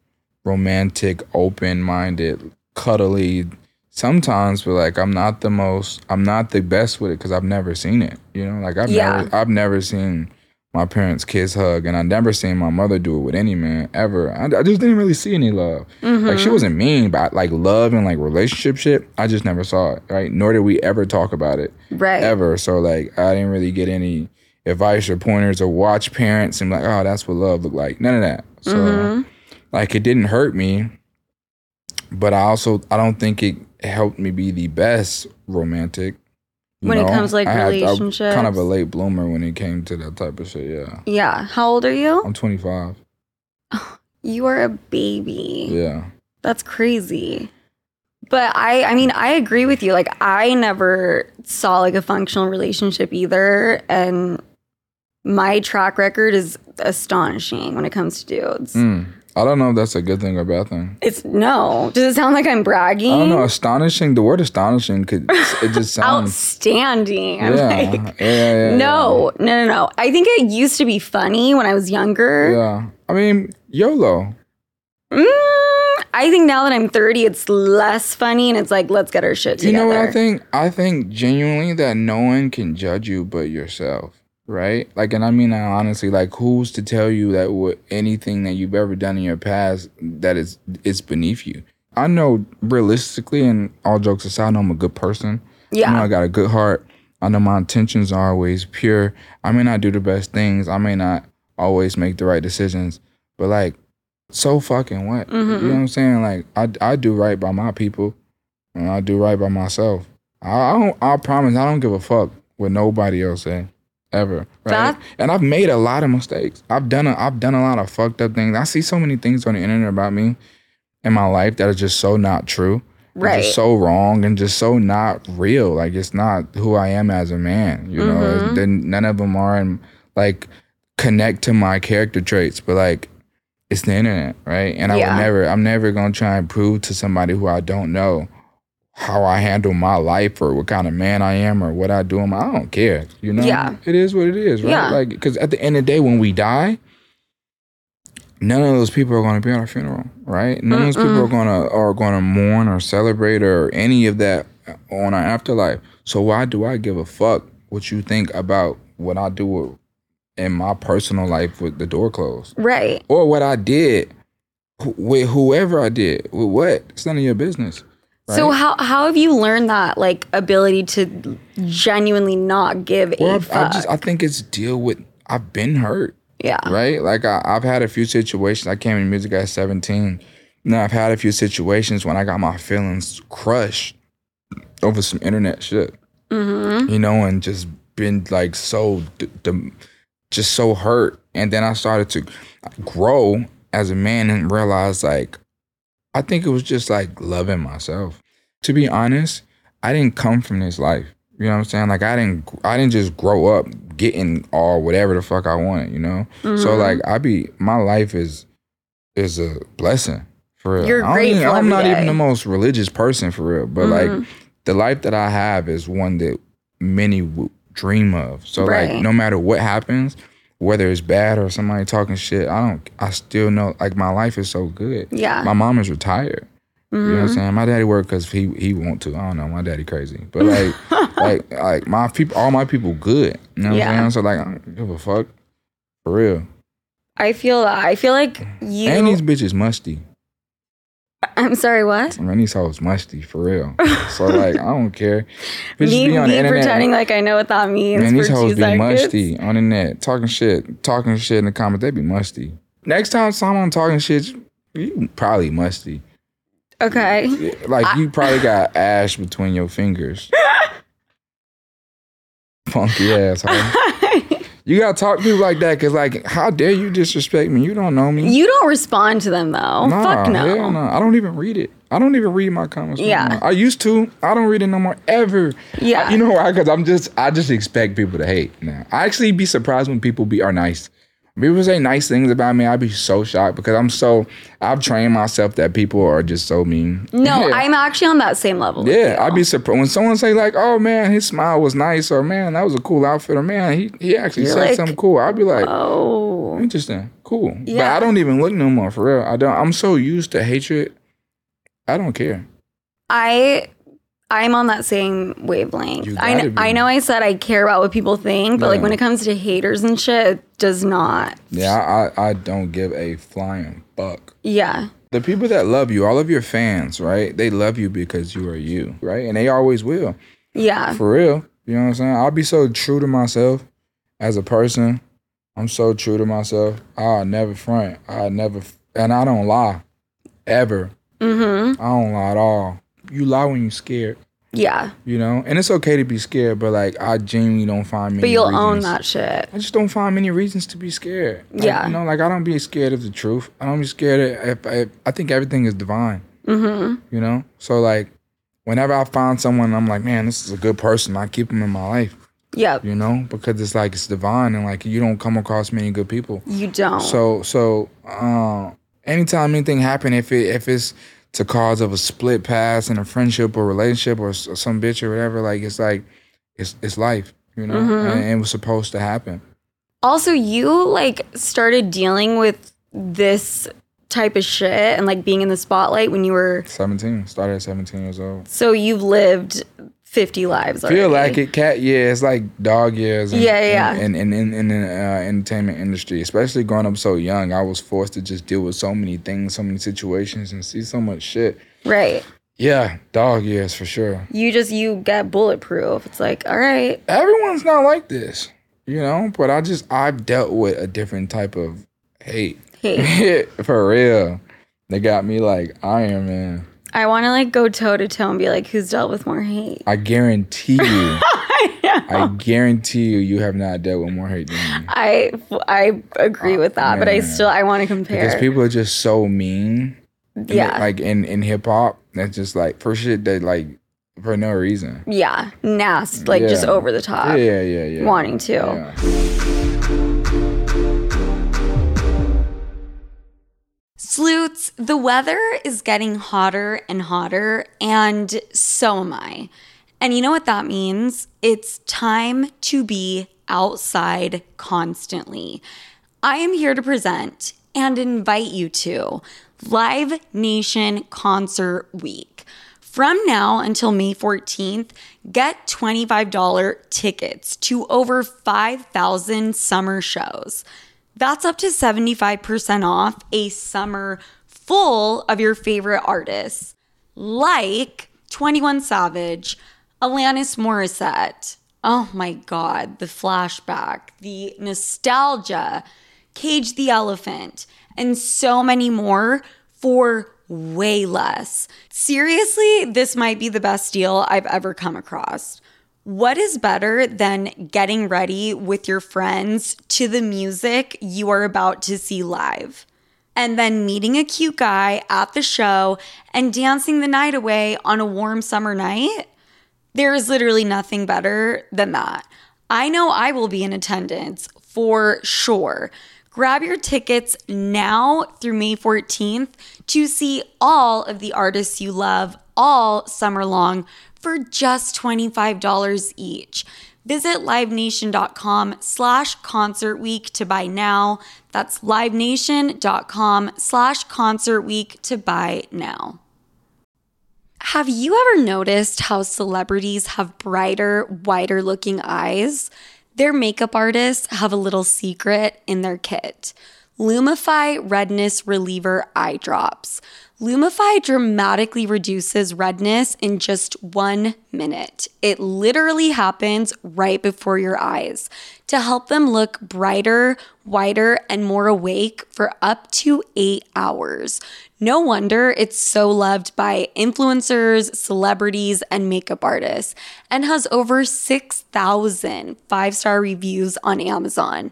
Speaker 2: romantic, open-minded, cuddly. Sometimes, but like, I'm not the most. I'm not the best with it because I've never seen it. You know, like I've
Speaker 1: Yeah.
Speaker 2: never. I've never seen my parents' kiss hug, and I never seen my mother do it with any man ever. I, I just didn't really see any love. Like
Speaker 1: Mm-hmm.
Speaker 2: she wasn't mean, but like love and like relationship shit, I just never saw it. Right? Nor did we ever talk about it
Speaker 1: right.
Speaker 2: ever. So like I didn't really get any advice or pointers or watch parents and be like, oh, that's what love looked like. None of that. So
Speaker 1: Mm-hmm.
Speaker 2: like it didn't hurt me, but I also I don't think it helped me be the best romantic. you
Speaker 1: When it comes to, like,
Speaker 2: I had- I was kind of
Speaker 1: relationships.
Speaker 2: a late bloomer when it came to that type of shit. Yeah,
Speaker 1: Yeah. How old are you?
Speaker 2: I'm 25.
Speaker 1: You are a baby.
Speaker 2: Yeah,
Speaker 1: That's crazy. But I I mean, I agree with you. Like I never saw like a functional relationship either and my track record is astonishing when it comes to dudes.
Speaker 2: Mm. I don't know if that's a good thing or bad thing.
Speaker 1: It's no. Does it sound like I'm bragging?
Speaker 2: I don't know. Astonishing. The word astonishing could it just sounds.
Speaker 1: Outstanding. I'm like,
Speaker 2: yeah. yeah, yeah, yeah, yeah.
Speaker 1: no, no, no, no. I think it used to be funny when I was younger.
Speaker 2: Yeah. I mean, YOLO.
Speaker 1: Mm, I think now that I'm 30, it's less funny and it's like, let's get our shit
Speaker 2: You
Speaker 1: together.
Speaker 2: know what I think? I think genuinely that no one can judge you but yourself, right? Like, and I mean that honestly. Like, who's to tell you that what anything that you've ever done in your past that is it's beneath you? I know realistically, and all jokes aside, I know I'm a good person. I know
Speaker 1: Yeah.
Speaker 2: I got a good heart. I know my intentions are always pure. I may not do the best things. I may not always make the right decisions, but like, so fucking what? You know what I'm saying? Like, I, I do right by my people and I do right by myself. I, I don't, I promise I don't give a fuck what nobody else say ever. Right?
Speaker 1: That-
Speaker 2: and I've made a lot of mistakes. I've done a, I've done a lot of fucked up things. I see so many things on the internet about me in my life that are just so not true. and
Speaker 1: Right.
Speaker 2: Just so wrong and just so not real. Like it's not who I am as a man. You
Speaker 1: Mm-hmm.
Speaker 2: know, then none of them are and like connect to my character traits, but like it's the internet, right? And I
Speaker 1: Yeah.
Speaker 2: will never, I'm never gonna try and prove to somebody who I don't know how I handle my life or what kind of man I am or what I do. in my- I don't care, you know.
Speaker 1: Yeah.
Speaker 2: it is what it is, right?
Speaker 1: Yeah.
Speaker 2: Like, because at the end of the day, when we die, none of those people are gonna be at our funeral, right? None of those people are gonna are gonna mourn or celebrate or any of that on our afterlife. So why do I give a fuck what you think about what I do in my personal life with the door closed?
Speaker 1: Right.
Speaker 2: or what I did wh- with whoever I did with what. It's none of your business.
Speaker 1: So
Speaker 2: right?
Speaker 1: how how have you learned that like ability to genuinely not give
Speaker 2: well,
Speaker 1: a
Speaker 2: I, I
Speaker 1: fuck?
Speaker 2: just I think it's deal with. I've been hurt,
Speaker 1: yeah.
Speaker 2: right? Like I, I've had a few situations. I came in music at seventeen. Now I've had a few situations when I got my feelings crushed over some internet shit,
Speaker 1: Mm-hmm.
Speaker 2: you know, and just been like so, d- dem- just so hurt. And then I started to grow as a man and realized like I think it was just like loving myself. To be honest, I didn't come from this life. You know what I'm saying? Like I didn't I didn't just grow up getting all whatever the fuck I wanted, you know?
Speaker 1: Mm-hmm.
Speaker 2: So like I be my life is is a blessing for real.
Speaker 1: You're
Speaker 2: I don't
Speaker 1: grateful
Speaker 2: even- I'm
Speaker 1: every
Speaker 2: not even
Speaker 1: day. Mm-hmm.
Speaker 2: the most religious person for real, but like the life that I have is one that many w- dream of. So
Speaker 1: Right.
Speaker 2: like no matter what happens, whether it's bad or somebody talking shit, I don't I still know like my life is so good.
Speaker 1: Yeah. Mm-hmm.
Speaker 2: My mom is retired. You know what I'm saying? My daddy work because he he want to. I don't know. My daddy crazy, but like
Speaker 1: Mm-hmm.
Speaker 2: like like my people, all my people good. You know what
Speaker 1: Yeah.
Speaker 2: I'm saying? So like, I don't give a fuck for real.
Speaker 1: I feel that. I feel like you.
Speaker 2: And these bitches musty.
Speaker 1: I'm sorry, what?
Speaker 2: I mean, these hoes musty for real. So like, I don't care. Bitches
Speaker 1: Me,
Speaker 2: be on the
Speaker 1: me
Speaker 2: internet.
Speaker 1: pretending like I know what that means.
Speaker 2: Man,
Speaker 1: for
Speaker 2: these
Speaker 1: two
Speaker 2: hoes be
Speaker 1: seconds.
Speaker 2: musty on the net, talking shit, talking shit in the comments. They be musty. Next time someone talking shit, you probably musty.
Speaker 1: Okay.
Speaker 2: Like you probably got ash between your fingers. Funky ass. hoe. You gotta talk to people like that, cause like, how dare you disrespect me? You don't know me.
Speaker 1: You don't respond to them though.
Speaker 2: Nah,
Speaker 1: Fuck no.
Speaker 2: hell nah. I don't even read it. I don't even read my comments. no
Speaker 1: Yeah.
Speaker 2: more. I used to. I don't read it no more ever.
Speaker 1: Yeah.
Speaker 2: You know why? Because I'm just I just expect people to hate now. I actually be surprised when people be are nice. When People say nice things about me. I'd be so shocked because I'm so I've trained myself that people are just so mean.
Speaker 1: No,
Speaker 2: Yeah.
Speaker 1: I'm actually on that same level. with
Speaker 2: Yeah,
Speaker 1: you.
Speaker 2: I'd be surprised when someone say like, "Oh man, his smile was nice," or "Man, that was a cool outfit," or "Man, he, he actually
Speaker 1: You're
Speaker 2: said
Speaker 1: like,
Speaker 2: something cool." I'd be like,
Speaker 1: Oh.
Speaker 2: "Interesting, cool." But
Speaker 1: Yeah.
Speaker 2: I don't even look no more for real. I don't. I'm so used to hatred. I don't care.
Speaker 1: I I'm on that same wavelength.
Speaker 2: You
Speaker 1: I
Speaker 2: gotta
Speaker 1: know,
Speaker 2: be.
Speaker 1: I know I said I care about what people think, but like
Speaker 2: Yeah.
Speaker 1: when it comes to haters and shit, it does not.
Speaker 2: Yeah, I, I, I don't give a flying fuck.
Speaker 1: Yeah.
Speaker 2: The people that love you, all of your fans, right? They love you because you are you, right? And they always will.
Speaker 1: Yeah.
Speaker 2: For real. You know what I'm saying? I'll be so true to myself as a person. I'm so true to myself. I'll never front. I never, f- and I don't lie ever.
Speaker 1: Mm-hmm.
Speaker 2: I don't lie at all. You lie when you're scared,
Speaker 1: Yeah.
Speaker 2: you know? And it's okay to be scared, but like, I genuinely don't find me.
Speaker 1: But you'll own that shit.
Speaker 2: I just don't find many reasons to be scared. Like,
Speaker 1: Yeah.
Speaker 2: You know, like I don't be scared of the truth. I don't be scared of, if, if, I think everything is divine,
Speaker 1: Mm-hmm.
Speaker 2: you know? So, like, whenever I find someone, I'm like, man, this is a good person. I keep them in my life,
Speaker 1: Yep.
Speaker 2: you know? Because it's like, it's divine and like, you don't come across many good people.
Speaker 1: You don't.
Speaker 2: So, so, uh, anytime anything happen, if it, if it's to cause of a split pass in a friendship or relationship or s- some bitch or whatever, like, it's like, it's, it's life, you know?
Speaker 1: Mm-hmm.
Speaker 2: And, and it was supposed to happen.
Speaker 1: also you like started dealing with this type of shit and like being in the spotlight when you were
Speaker 2: 17. Started at 17 years old.
Speaker 1: so you've lived 50 lives already.
Speaker 2: Feel like it, cat. Yeah, it's like dog years.
Speaker 1: Yeah, yeah, yeah.
Speaker 2: And in in, in, the uh, entertainment industry, especially growing up so young, I was forced to just deal with so many things, so many situations, and see so much shit.
Speaker 1: Right.
Speaker 2: Yeah, dog years for sure.
Speaker 1: You just you get bulletproof. It's like, all right.
Speaker 2: Everyone's not like this, you know. But I just I've dealt with a different type of hate.
Speaker 1: Hey,
Speaker 2: for real, they got me like Iron Man.
Speaker 1: I want to like go toe to toe and be like, who's dealt with more hate?
Speaker 2: I guarantee you. I guarantee you, you have not dealt with more hate than me.
Speaker 1: I I agree with that, but I still I want to compare.
Speaker 2: Because people are just so mean. And they-
Speaker 1: yeah.
Speaker 2: Like in, in hip hop, that's just like for shit that like for no reason.
Speaker 1: yeah. Nast, like just
Speaker 2: Yeah.
Speaker 1: over the top.
Speaker 2: Yeah, yeah, yeah, yeah.
Speaker 1: wanting to.
Speaker 2: Yeah.
Speaker 3: Sleuths, the weather is getting hotter and hotter, and so am I. And you know what that means? It's time to be outside constantly. I am here to present and invite you to Live Nation Concert Week. From now until May 14th, get $25 tickets to over 5,000 summer shows. That's up to 75% off a summer full of your favorite artists like 21 Savage, Alanis Morissette. Oh my God, the flashback, the nostalgia, Cage the Elephant, and so many more for way less. Seriously, this might be the best deal I've ever come across. What is better than getting ready with your friends to the music you are about to see live? and then meeting a cute guy at the show and dancing the night away on a warm summer night, there is literally nothing better than that. I know I will be in attendance for sure. Grab your tickets now through May 14th to see all of the artists you love all summer long for just $25 each. Visit livenation.com slash concert week to buy now. That's livenation.com slash concert week to buy now. Have you ever noticed how celebrities have brighter, wider looking eyes? Their makeup artists have a little secret in their kit Lumify Redness Reliever Eye Drops. Lumify dramatically reduces redness in just one minute. It literally happens right before your eyes to help them look brighter, wider, and more awake for up to eight hours. No wonder it's so loved by influencers, celebrities, and makeup artists, and has over 6,000 five star reviews on Amazon.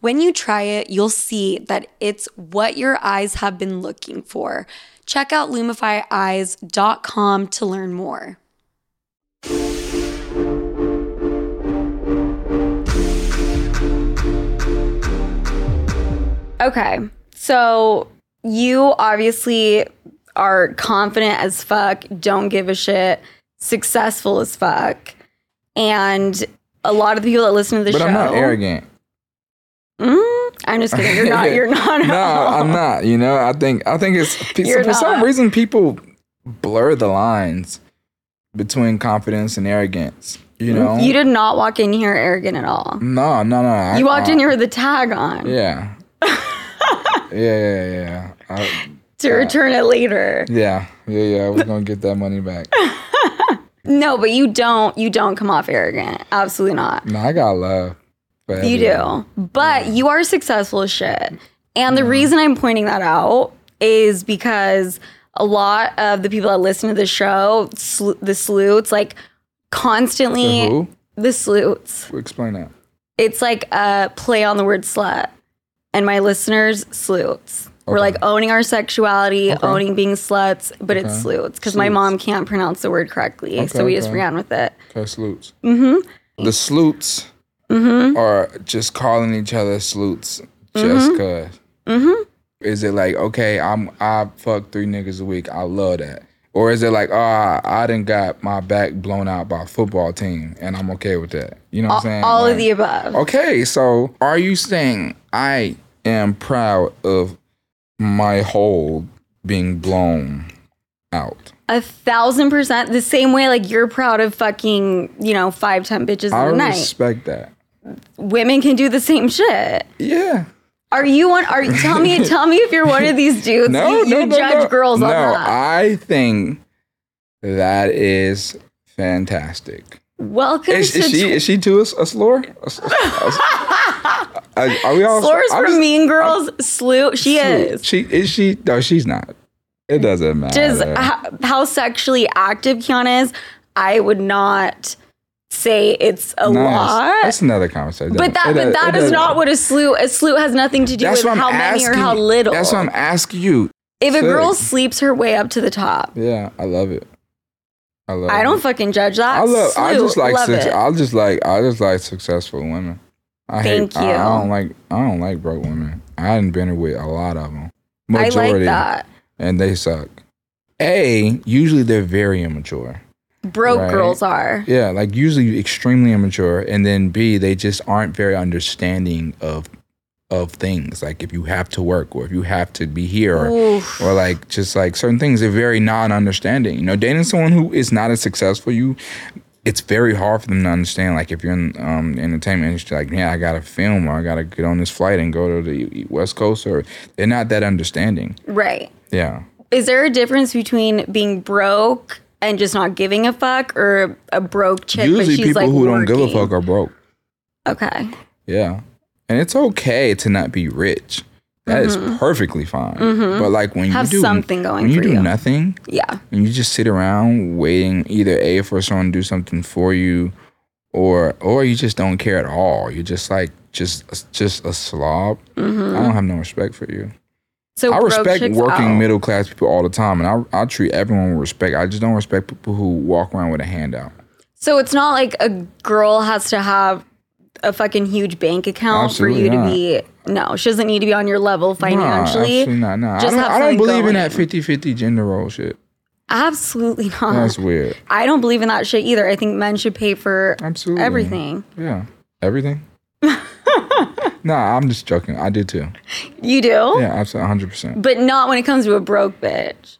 Speaker 3: When you try it, you'll see that it's what your eyes have been looking for. Check out lumifyeyes.com to learn more.
Speaker 1: Okay. So you obviously are confident as fuck, don't give a shit, successful as fuck. And a lot of the people that listen to the
Speaker 2: But
Speaker 1: show
Speaker 2: I'm not arrogant.
Speaker 1: Mm, I'm just kidding. You're not you're not at
Speaker 2: No,
Speaker 1: all.
Speaker 2: I'm not. You know, I think I think it's pe-
Speaker 1: You're
Speaker 2: for some
Speaker 1: not.
Speaker 2: reason people blur the lines between confidence and arrogance. You know,
Speaker 1: You did not walk in here arrogant at all.
Speaker 2: no, no, no. I-
Speaker 1: You walked
Speaker 2: I-
Speaker 1: in here with a tag on
Speaker 2: Yeah. yeah, yeah, yeah. I,
Speaker 1: to return it later.
Speaker 2: yeah, yeah, yeah. We're gonna get that money back.
Speaker 1: No, but you don't you don't come off arrogant. Absolutely not.
Speaker 2: No, I got love. for
Speaker 1: You
Speaker 2: everyone.
Speaker 1: do. But you are successful as shit. And the reason I'm pointing that out is because a lot of the people that listen to the show, sl- the sleuts, like
Speaker 2: The
Speaker 1: constantly
Speaker 2: who?
Speaker 1: the sleuts.
Speaker 2: Explain that.
Speaker 1: It's like a play on the word slut. And my listeners, sleuts. We're
Speaker 2: Okay.
Speaker 1: like owning our sexuality, owning being sluts, but it's
Speaker 2: Okay.
Speaker 1: sleuts because my mom can't pronounce the word correctly. so
Speaker 2: Okay,
Speaker 1: we just
Speaker 2: okay.
Speaker 1: ran with it.
Speaker 2: Okay, sleuts. Mm-hmm. The sleuts
Speaker 1: Mm-hmm.
Speaker 2: are just calling each other sleuts just because. Mm-hmm. Is it like okay, I'm I fuck three niggas a week. I love that. Or is it like ah, I done got my back blown out by a football team, and I'm okay with that. You know what I'm saying?
Speaker 1: All
Speaker 2: Like-
Speaker 1: of the above.
Speaker 2: Okay, so are you saying I am proud of my hole being blown out?
Speaker 1: A thousand percent. The same way, like you're proud of fucking, you know, five ten bitches
Speaker 2: I
Speaker 1: a night.
Speaker 2: respect that.
Speaker 1: Women can do the same shit.
Speaker 2: Yeah.
Speaker 1: Are you one? Are tell me, tell me if you're one of these dudes.
Speaker 2: No,
Speaker 1: you,
Speaker 2: no,
Speaker 1: you
Speaker 2: no,
Speaker 1: judge
Speaker 2: no.
Speaker 1: girls
Speaker 2: no,
Speaker 1: on that.
Speaker 2: I think that is fantastic.
Speaker 1: Welcome
Speaker 2: Is,
Speaker 1: to
Speaker 2: is she is she too a, a slore? A s- a s- a- are we all
Speaker 1: Floors
Speaker 2: I'm
Speaker 1: for
Speaker 2: just-
Speaker 1: Mean Girls. Slew. She is.
Speaker 2: She is she? No, she's not. It doesn't matter.
Speaker 1: Just how, how sexually active Kiana is. I would not say it's a
Speaker 2: No, it's-
Speaker 1: lot.
Speaker 2: That's another conversation.
Speaker 1: but that, but that is not what a slew. A slew has nothing to do
Speaker 2: That's
Speaker 1: with
Speaker 2: what I'm
Speaker 1: how
Speaker 2: asking.
Speaker 1: many or how little.
Speaker 2: That's what I'm asking you.
Speaker 1: If a
Speaker 2: Sick.
Speaker 1: girl sleeps her way up to the top,
Speaker 2: Yeah, I love it. I love.
Speaker 1: I don't
Speaker 2: It.
Speaker 1: fucking judge that.
Speaker 2: I love. I
Speaker 1: Slew,
Speaker 2: just like.
Speaker 1: love
Speaker 2: suc-
Speaker 1: it.
Speaker 2: I just like. I just like successful women. I
Speaker 1: Thank
Speaker 2: hate, I- I,
Speaker 1: you.
Speaker 2: don't like. I don't like broke women. I haven't been with a lot of them.
Speaker 1: I
Speaker 2: Majority,
Speaker 1: like that.
Speaker 2: and they suck. A usually they're very immature.
Speaker 1: Broke
Speaker 2: Right.
Speaker 1: girls are.
Speaker 2: Yeah, like usually extremely immature, and then B they just aren't very understanding of of things. Like if you have to work or if you have to be here or
Speaker 1: Oof.
Speaker 2: or like just like certain things are very non-understanding. You know, dating someone who is not as successful, you it's very hard for them to understand. Like if you're in um, the entertainment industry, like yeah, I got to film or I got to get on this flight and go to the West Coast, or they're not that understanding.
Speaker 1: Right.
Speaker 2: Yeah,
Speaker 1: Is there a difference between being broke and just not giving a fuck or a broke chick. but
Speaker 2: Usually,
Speaker 1: she's
Speaker 2: people
Speaker 1: like
Speaker 2: who don't give a
Speaker 1: working.
Speaker 2: fuck are broke.
Speaker 1: Okay.
Speaker 2: Yeah. And it's okay to not be rich. That is perfectly fine. But like when
Speaker 1: Mm-hmm. Have
Speaker 2: you do
Speaker 1: something going
Speaker 2: when you
Speaker 1: for
Speaker 2: do
Speaker 1: you.
Speaker 2: nothing
Speaker 1: Yeah.
Speaker 2: and you just sit around waiting either a for someone to do something for you or or you just don't care at all. You're just like just just a slob. I don't have no respect for you.
Speaker 1: So
Speaker 2: I
Speaker 1: broke
Speaker 2: respect
Speaker 1: Mm-hmm. chicks
Speaker 2: working
Speaker 1: out.
Speaker 2: middle class people all the time and I I treat everyone with respect. I just don't respect people who walk around with a handout.
Speaker 1: So it's not like a girl has to have a fucking huge bank account
Speaker 2: Absolutely
Speaker 1: for you
Speaker 2: not.
Speaker 1: to be. No, she doesn't need to be on your level financially.
Speaker 2: nah, absolutely not. Nah. I
Speaker 1: just
Speaker 2: don't,
Speaker 1: have
Speaker 2: I don't
Speaker 1: something
Speaker 2: believe in
Speaker 1: going.
Speaker 2: that 50-50 gender role shit.
Speaker 1: Absolutely, not.
Speaker 2: That's weird.
Speaker 1: I don't believe in that shit either. I think men should pay for
Speaker 2: Absolutely.
Speaker 1: everything.
Speaker 2: Yeah. Everything? nah, I'm just joking. I did too.
Speaker 1: You do,
Speaker 2: Yeah, absolutely. 100%.
Speaker 1: but not when it comes to a broke bitch.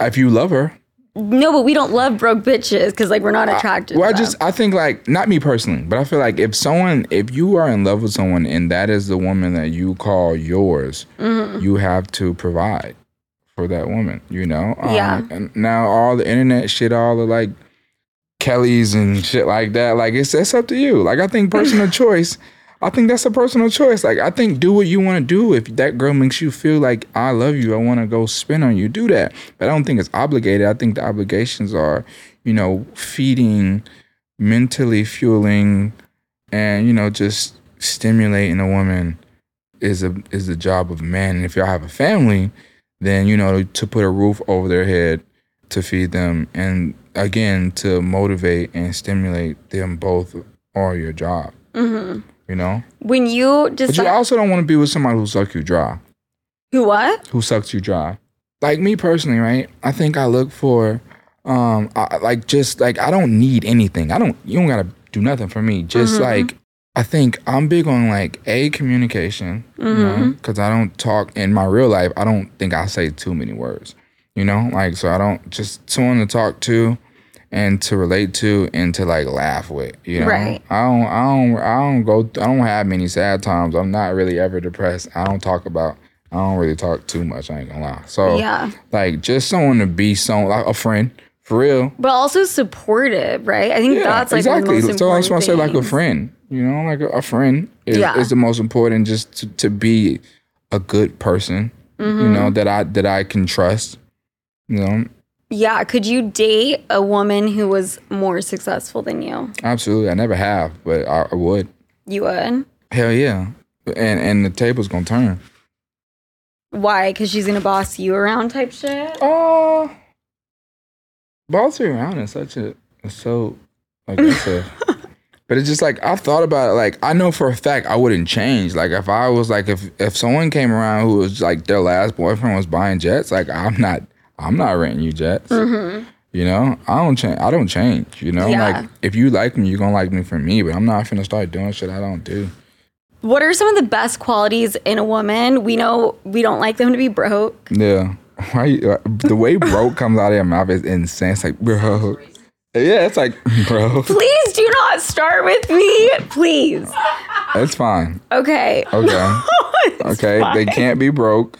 Speaker 2: If you love her.
Speaker 1: No, but we don't love broke bitches because like we're not attracted.
Speaker 2: Well, I
Speaker 1: to
Speaker 2: just,
Speaker 1: them.
Speaker 2: I think like, not me personally, but I feel like if someone, if you are in love with someone and that is the woman that you call yours, you have to provide for that woman, you know? Um,
Speaker 1: Yeah.
Speaker 2: and now all the internet shit, all the like Kelly's and shit like that, like it's, it's up to you. Like, I think personal choice. I think that's a personal choice. Like I think do what you want to do. If that girl makes you feel like I love you, I want to go spin on you, do that. But I don't think it's obligated. I think the obligations are, you know, feeding, mentally fueling, and you know, just stimulating a woman is a is the job of man. And if y'all have a family, then you know to put a roof over their head to feed them and again to motivate and stimulate them both are your job. You know?
Speaker 1: Mm-hmm. when you
Speaker 2: But you
Speaker 1: decide
Speaker 2: also don't want to be with somebody who sucks you dry.
Speaker 1: who what?
Speaker 2: Who sucks you dry. Like me personally, right? I think I look for um I, like just like I don't need anything. I don't you don't gotta do nothing for me. Just like I think I'm big on like a communication, you know, because I don't talk in my real life. I don't think I say too many words, you know, like so I don't just someone to talk to, and to relate to and to like laugh with, you know.
Speaker 1: Right.
Speaker 2: I don't, I don't, I don't go. I don't have many sad times. I'm not really ever depressed. I don't talk about. I don't really talk too much. I ain't gonna lie. So
Speaker 1: Yeah.
Speaker 2: like just someone to be so like a friend for real.
Speaker 1: But also supportive, right? I think
Speaker 2: Yeah,
Speaker 1: that's like
Speaker 2: exactly.
Speaker 1: One of the most
Speaker 2: so I
Speaker 1: important
Speaker 2: just want to say like a
Speaker 1: things.
Speaker 2: friend, you know, like a, a friend is,
Speaker 1: Yeah.
Speaker 2: is the most important. Just to, to be a good person, you
Speaker 1: Mm-hmm.
Speaker 2: know, that I that I can trust. You know,
Speaker 1: Yeah, could you date a woman who was more successful than you?
Speaker 2: absolutely. I never have, but I, I would.
Speaker 1: You would.
Speaker 2: Hell yeah. And and the table's gonna turn.
Speaker 1: Why? Because she's gonna boss you around, type shit.
Speaker 2: Oh, boss you around is such a is so like that's a but it's just like I've thought about it. Like I know for a fact I wouldn't change. Like if I was like if if someone came around who was like their last boyfriend was buying jets, like I'm not I'm not renting you jets. You know, I don't change. I don't change. You know,
Speaker 1: Yeah.
Speaker 2: like if you like me, you're gonna like me for me. But I'm not finna start doing shit I don't do.
Speaker 1: What are some of the best qualities in a woman? We know we don't like them to be broke.
Speaker 2: Yeah. Why you, uh, the way broke comes out of your mouth is insane. It's like, bro. Yeah, it's like, bro.
Speaker 1: Please do not start with me, please.
Speaker 2: That's fine.
Speaker 1: Okay.
Speaker 2: Okay. Okay. They can't be broke.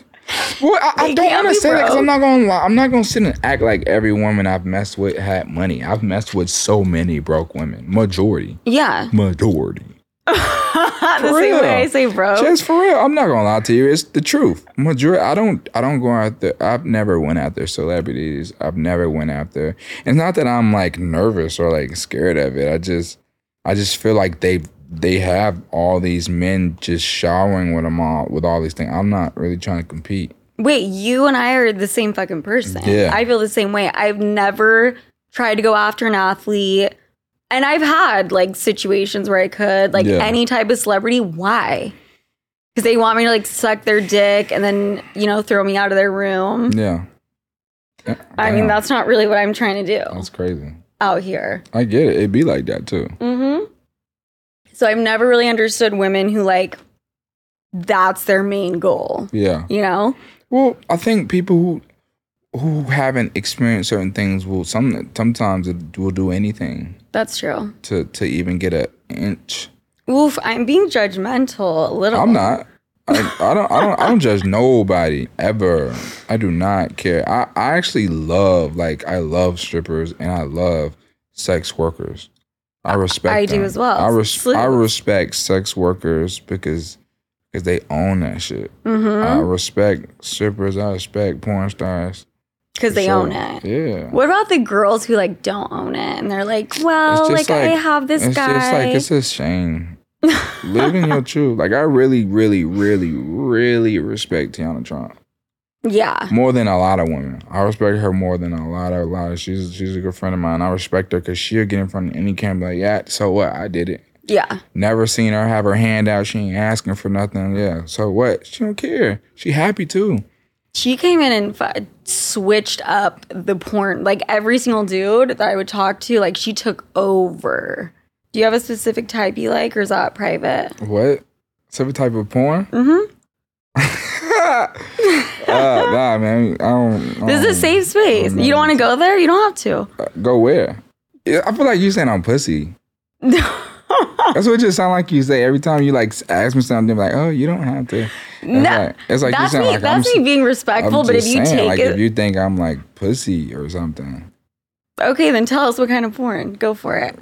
Speaker 2: Well, I, I
Speaker 1: They
Speaker 2: don't
Speaker 1: can't be
Speaker 2: understand that because I'm
Speaker 1: broke.
Speaker 2: not gonna lie. I'm not gonna sit and act like every woman I've messed with had money. I've messed with so many broke women. Majority.
Speaker 1: Yeah.
Speaker 2: Majority.
Speaker 1: Not the
Speaker 2: For
Speaker 1: same
Speaker 2: real.
Speaker 1: way I say broke.
Speaker 2: Just for real. I'm not gonna lie to you. It's the truth. Majority. I don't. I don't go after. I've never went after celebrities. I've never went after. It's not that I'm like nervous or like scared of it. I just. I just feel like they they have all these men just showering with them all with all these things. I'm not really trying to compete.
Speaker 1: Wait, you and I are the same fucking person.
Speaker 2: Yeah.
Speaker 1: I feel the same way. I've never tried to go after an athlete. And I've had like situations where I could, like
Speaker 2: Yeah.
Speaker 1: any type of celebrity. Why? Because they want me to like suck their dick and then, you know, throw me out of their room.
Speaker 2: Yeah.
Speaker 1: I mean,
Speaker 2: Damn,
Speaker 1: that's not really what I'm trying to do
Speaker 2: that's crazy.
Speaker 1: out here.
Speaker 2: I get it. It'd be like that too.
Speaker 1: Mm-hmm. So I've never really understood women who like that's their main goal,
Speaker 2: Yeah.
Speaker 1: you know?
Speaker 2: Well, I think people who who haven't experienced certain things will some sometimes will do anything
Speaker 1: That's true.
Speaker 2: to to even get an inch.
Speaker 1: Oof, I'm being judgmental a little.
Speaker 2: I'm not. I, I don't I don't I don't judge nobody ever. I do not care. I, I actually love like I love strippers and I love sex workers. I respect.
Speaker 1: I do
Speaker 2: them.
Speaker 1: as well.
Speaker 2: I, res- I
Speaker 1: Absolutely.
Speaker 2: respect sex workers because because they own that shit.
Speaker 1: Mm-hmm.
Speaker 2: I respect strippers. I respect porn stars
Speaker 1: because they
Speaker 2: So,
Speaker 1: own it.
Speaker 2: Yeah.
Speaker 1: What about the girls who like don't own it and they're like, well,
Speaker 2: It's
Speaker 1: like,
Speaker 2: just
Speaker 1: I have this
Speaker 2: it's
Speaker 1: guy.
Speaker 2: just like it's a shame. Live in your truth. Like I really, really, really, really respect Tiana Trump
Speaker 1: yeah,
Speaker 2: more than a lot of women. I respect her more than a lot of a lot. Of, she's she's a good friend of mine. I respect her because she'll get in front of any camera like, yeah, so what? I did it.
Speaker 1: yeah,
Speaker 2: Never seen her have her hand out. She ain't asking for nothing. Yeah, so what? She don't care. She happy too.
Speaker 1: she came in and fu- switched up the porn. Like every single dude that I would talk to, like she took over. Do you have a specific type you like, or is that private?
Speaker 2: What? Some type of porn? Mm-hmm. uh, nah, man. I don't. I
Speaker 1: This
Speaker 2: don't-
Speaker 1: is a safe space. You don't want to go there. You don't have to.
Speaker 2: Go where? Yeah, I feel like you saying I'm pussy. That's what it just sound like you say every time you like ask me something. Like, oh, you don't have to. It's like, it's like you
Speaker 1: that's
Speaker 2: sound
Speaker 1: me.
Speaker 2: like I'm,
Speaker 1: that's
Speaker 2: s-
Speaker 1: me being
Speaker 2: I'm
Speaker 1: respectful. But if
Speaker 2: just
Speaker 1: you
Speaker 2: saying,
Speaker 1: take
Speaker 2: like
Speaker 1: it,
Speaker 2: if you think I'm like pussy or something,
Speaker 1: okay, then tell us what kind of porn. Go for it.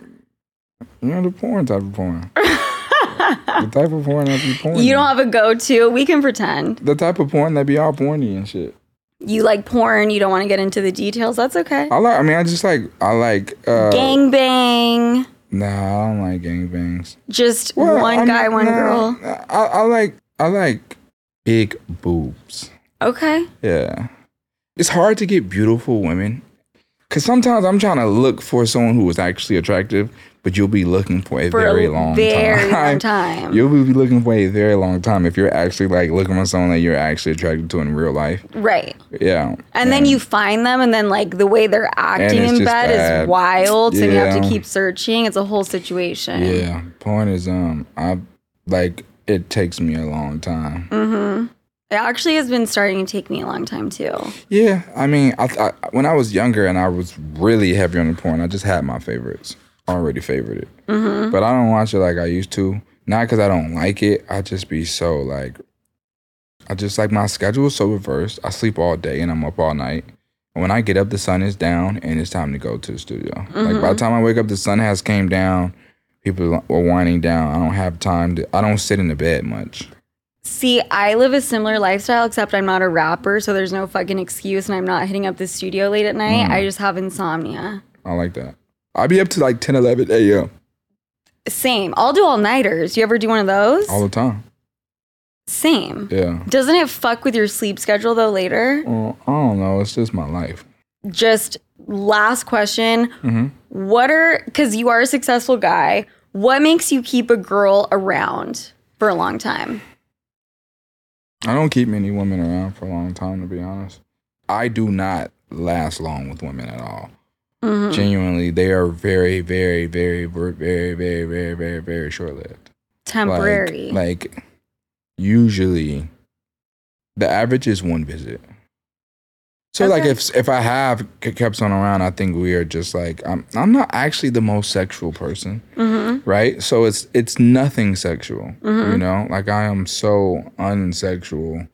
Speaker 2: you know the porn type of porn. the type of porn that be porn.
Speaker 1: You don't have a go-to. We can pretend.
Speaker 2: the type of porn that be all porny and shit.
Speaker 1: you like porn, you don't want to get into the details, that's okay.
Speaker 2: I like. I mean, I just like. I like. uh
Speaker 1: Gang bang,
Speaker 2: Nah, I don't like gangbangs.
Speaker 1: just
Speaker 2: Well,
Speaker 1: one
Speaker 2: I'm
Speaker 1: guy,
Speaker 2: not-
Speaker 1: one
Speaker 2: nah,
Speaker 1: girl.
Speaker 2: I, I like. I like big boobs.
Speaker 1: Okay.
Speaker 2: Yeah. It's hard to get beautiful women. Cause sometimes I'm trying to look for someone who is actually attractive, but you'll be looking for a
Speaker 1: For
Speaker 2: very
Speaker 1: a
Speaker 2: long
Speaker 1: very
Speaker 2: time.
Speaker 1: long time.
Speaker 2: You'll be looking for a very long time if you're actually like looking for someone that you're actually attracted to in real life.
Speaker 1: Right.
Speaker 2: Yeah.
Speaker 1: And then you find them, and then like the way they're acting
Speaker 2: it's
Speaker 1: in
Speaker 2: just
Speaker 1: bed
Speaker 2: bad.
Speaker 1: is wild, and you have to
Speaker 2: Yeah.
Speaker 1: keep searching. It's a whole situation.
Speaker 2: Yeah. Point is, um, I like it takes me a long time.
Speaker 1: Mm-hmm. It actually has been starting to take me a long time too.
Speaker 2: Yeah. I mean, I, th- I when I was younger and I was really heavy on the porn, I just had my favorites already favorited.
Speaker 1: Mm-hmm.
Speaker 2: but I don't watch it like I used to. Not because I don't like it. I just be so like, I just like my schedule is so reversed. I sleep all day and I'm up all night. And when I get up, the sun is down and it's time to go to the studio. Like by the time I wake up, the sun has came down. People are winding down. I don't have time to. I don't sit in the bed much.
Speaker 1: See, I live a similar lifestyle, except I'm not a rapper, so there's no fucking excuse, and I'm not hitting up the studio late at
Speaker 2: Mm.
Speaker 1: night. I just have insomnia.
Speaker 2: I like that. I be up to like 10, 11 a.m.
Speaker 1: Same. I'll do all nighters. You ever do one of those?
Speaker 2: all the time.
Speaker 1: Same.
Speaker 2: Yeah.
Speaker 1: Doesn't it fuck with your sleep schedule though later?
Speaker 2: Well, I don't know. It's just my life. Mm-hmm.
Speaker 1: Just last question. What are, because you are a successful guy, what makes you keep a girl around for a long time?
Speaker 2: I don't keep many women around for a long time, to be honest. I do not last long with women at all.
Speaker 1: Mm-hmm.
Speaker 2: Genuinely, they are very, very, very, ver- very, very, very, very, very short lived.
Speaker 1: Temporary.
Speaker 2: Like, like, usually, the average is one visit. So, like,
Speaker 1: Okay.
Speaker 2: if if I have k- kept someone around, I think we are just like I'm. I'm not actually the most sexual person
Speaker 1: mm-hmm.
Speaker 2: right? So it's it's nothing sexual,
Speaker 1: Mhm.
Speaker 2: you know. Like I am so unsexual.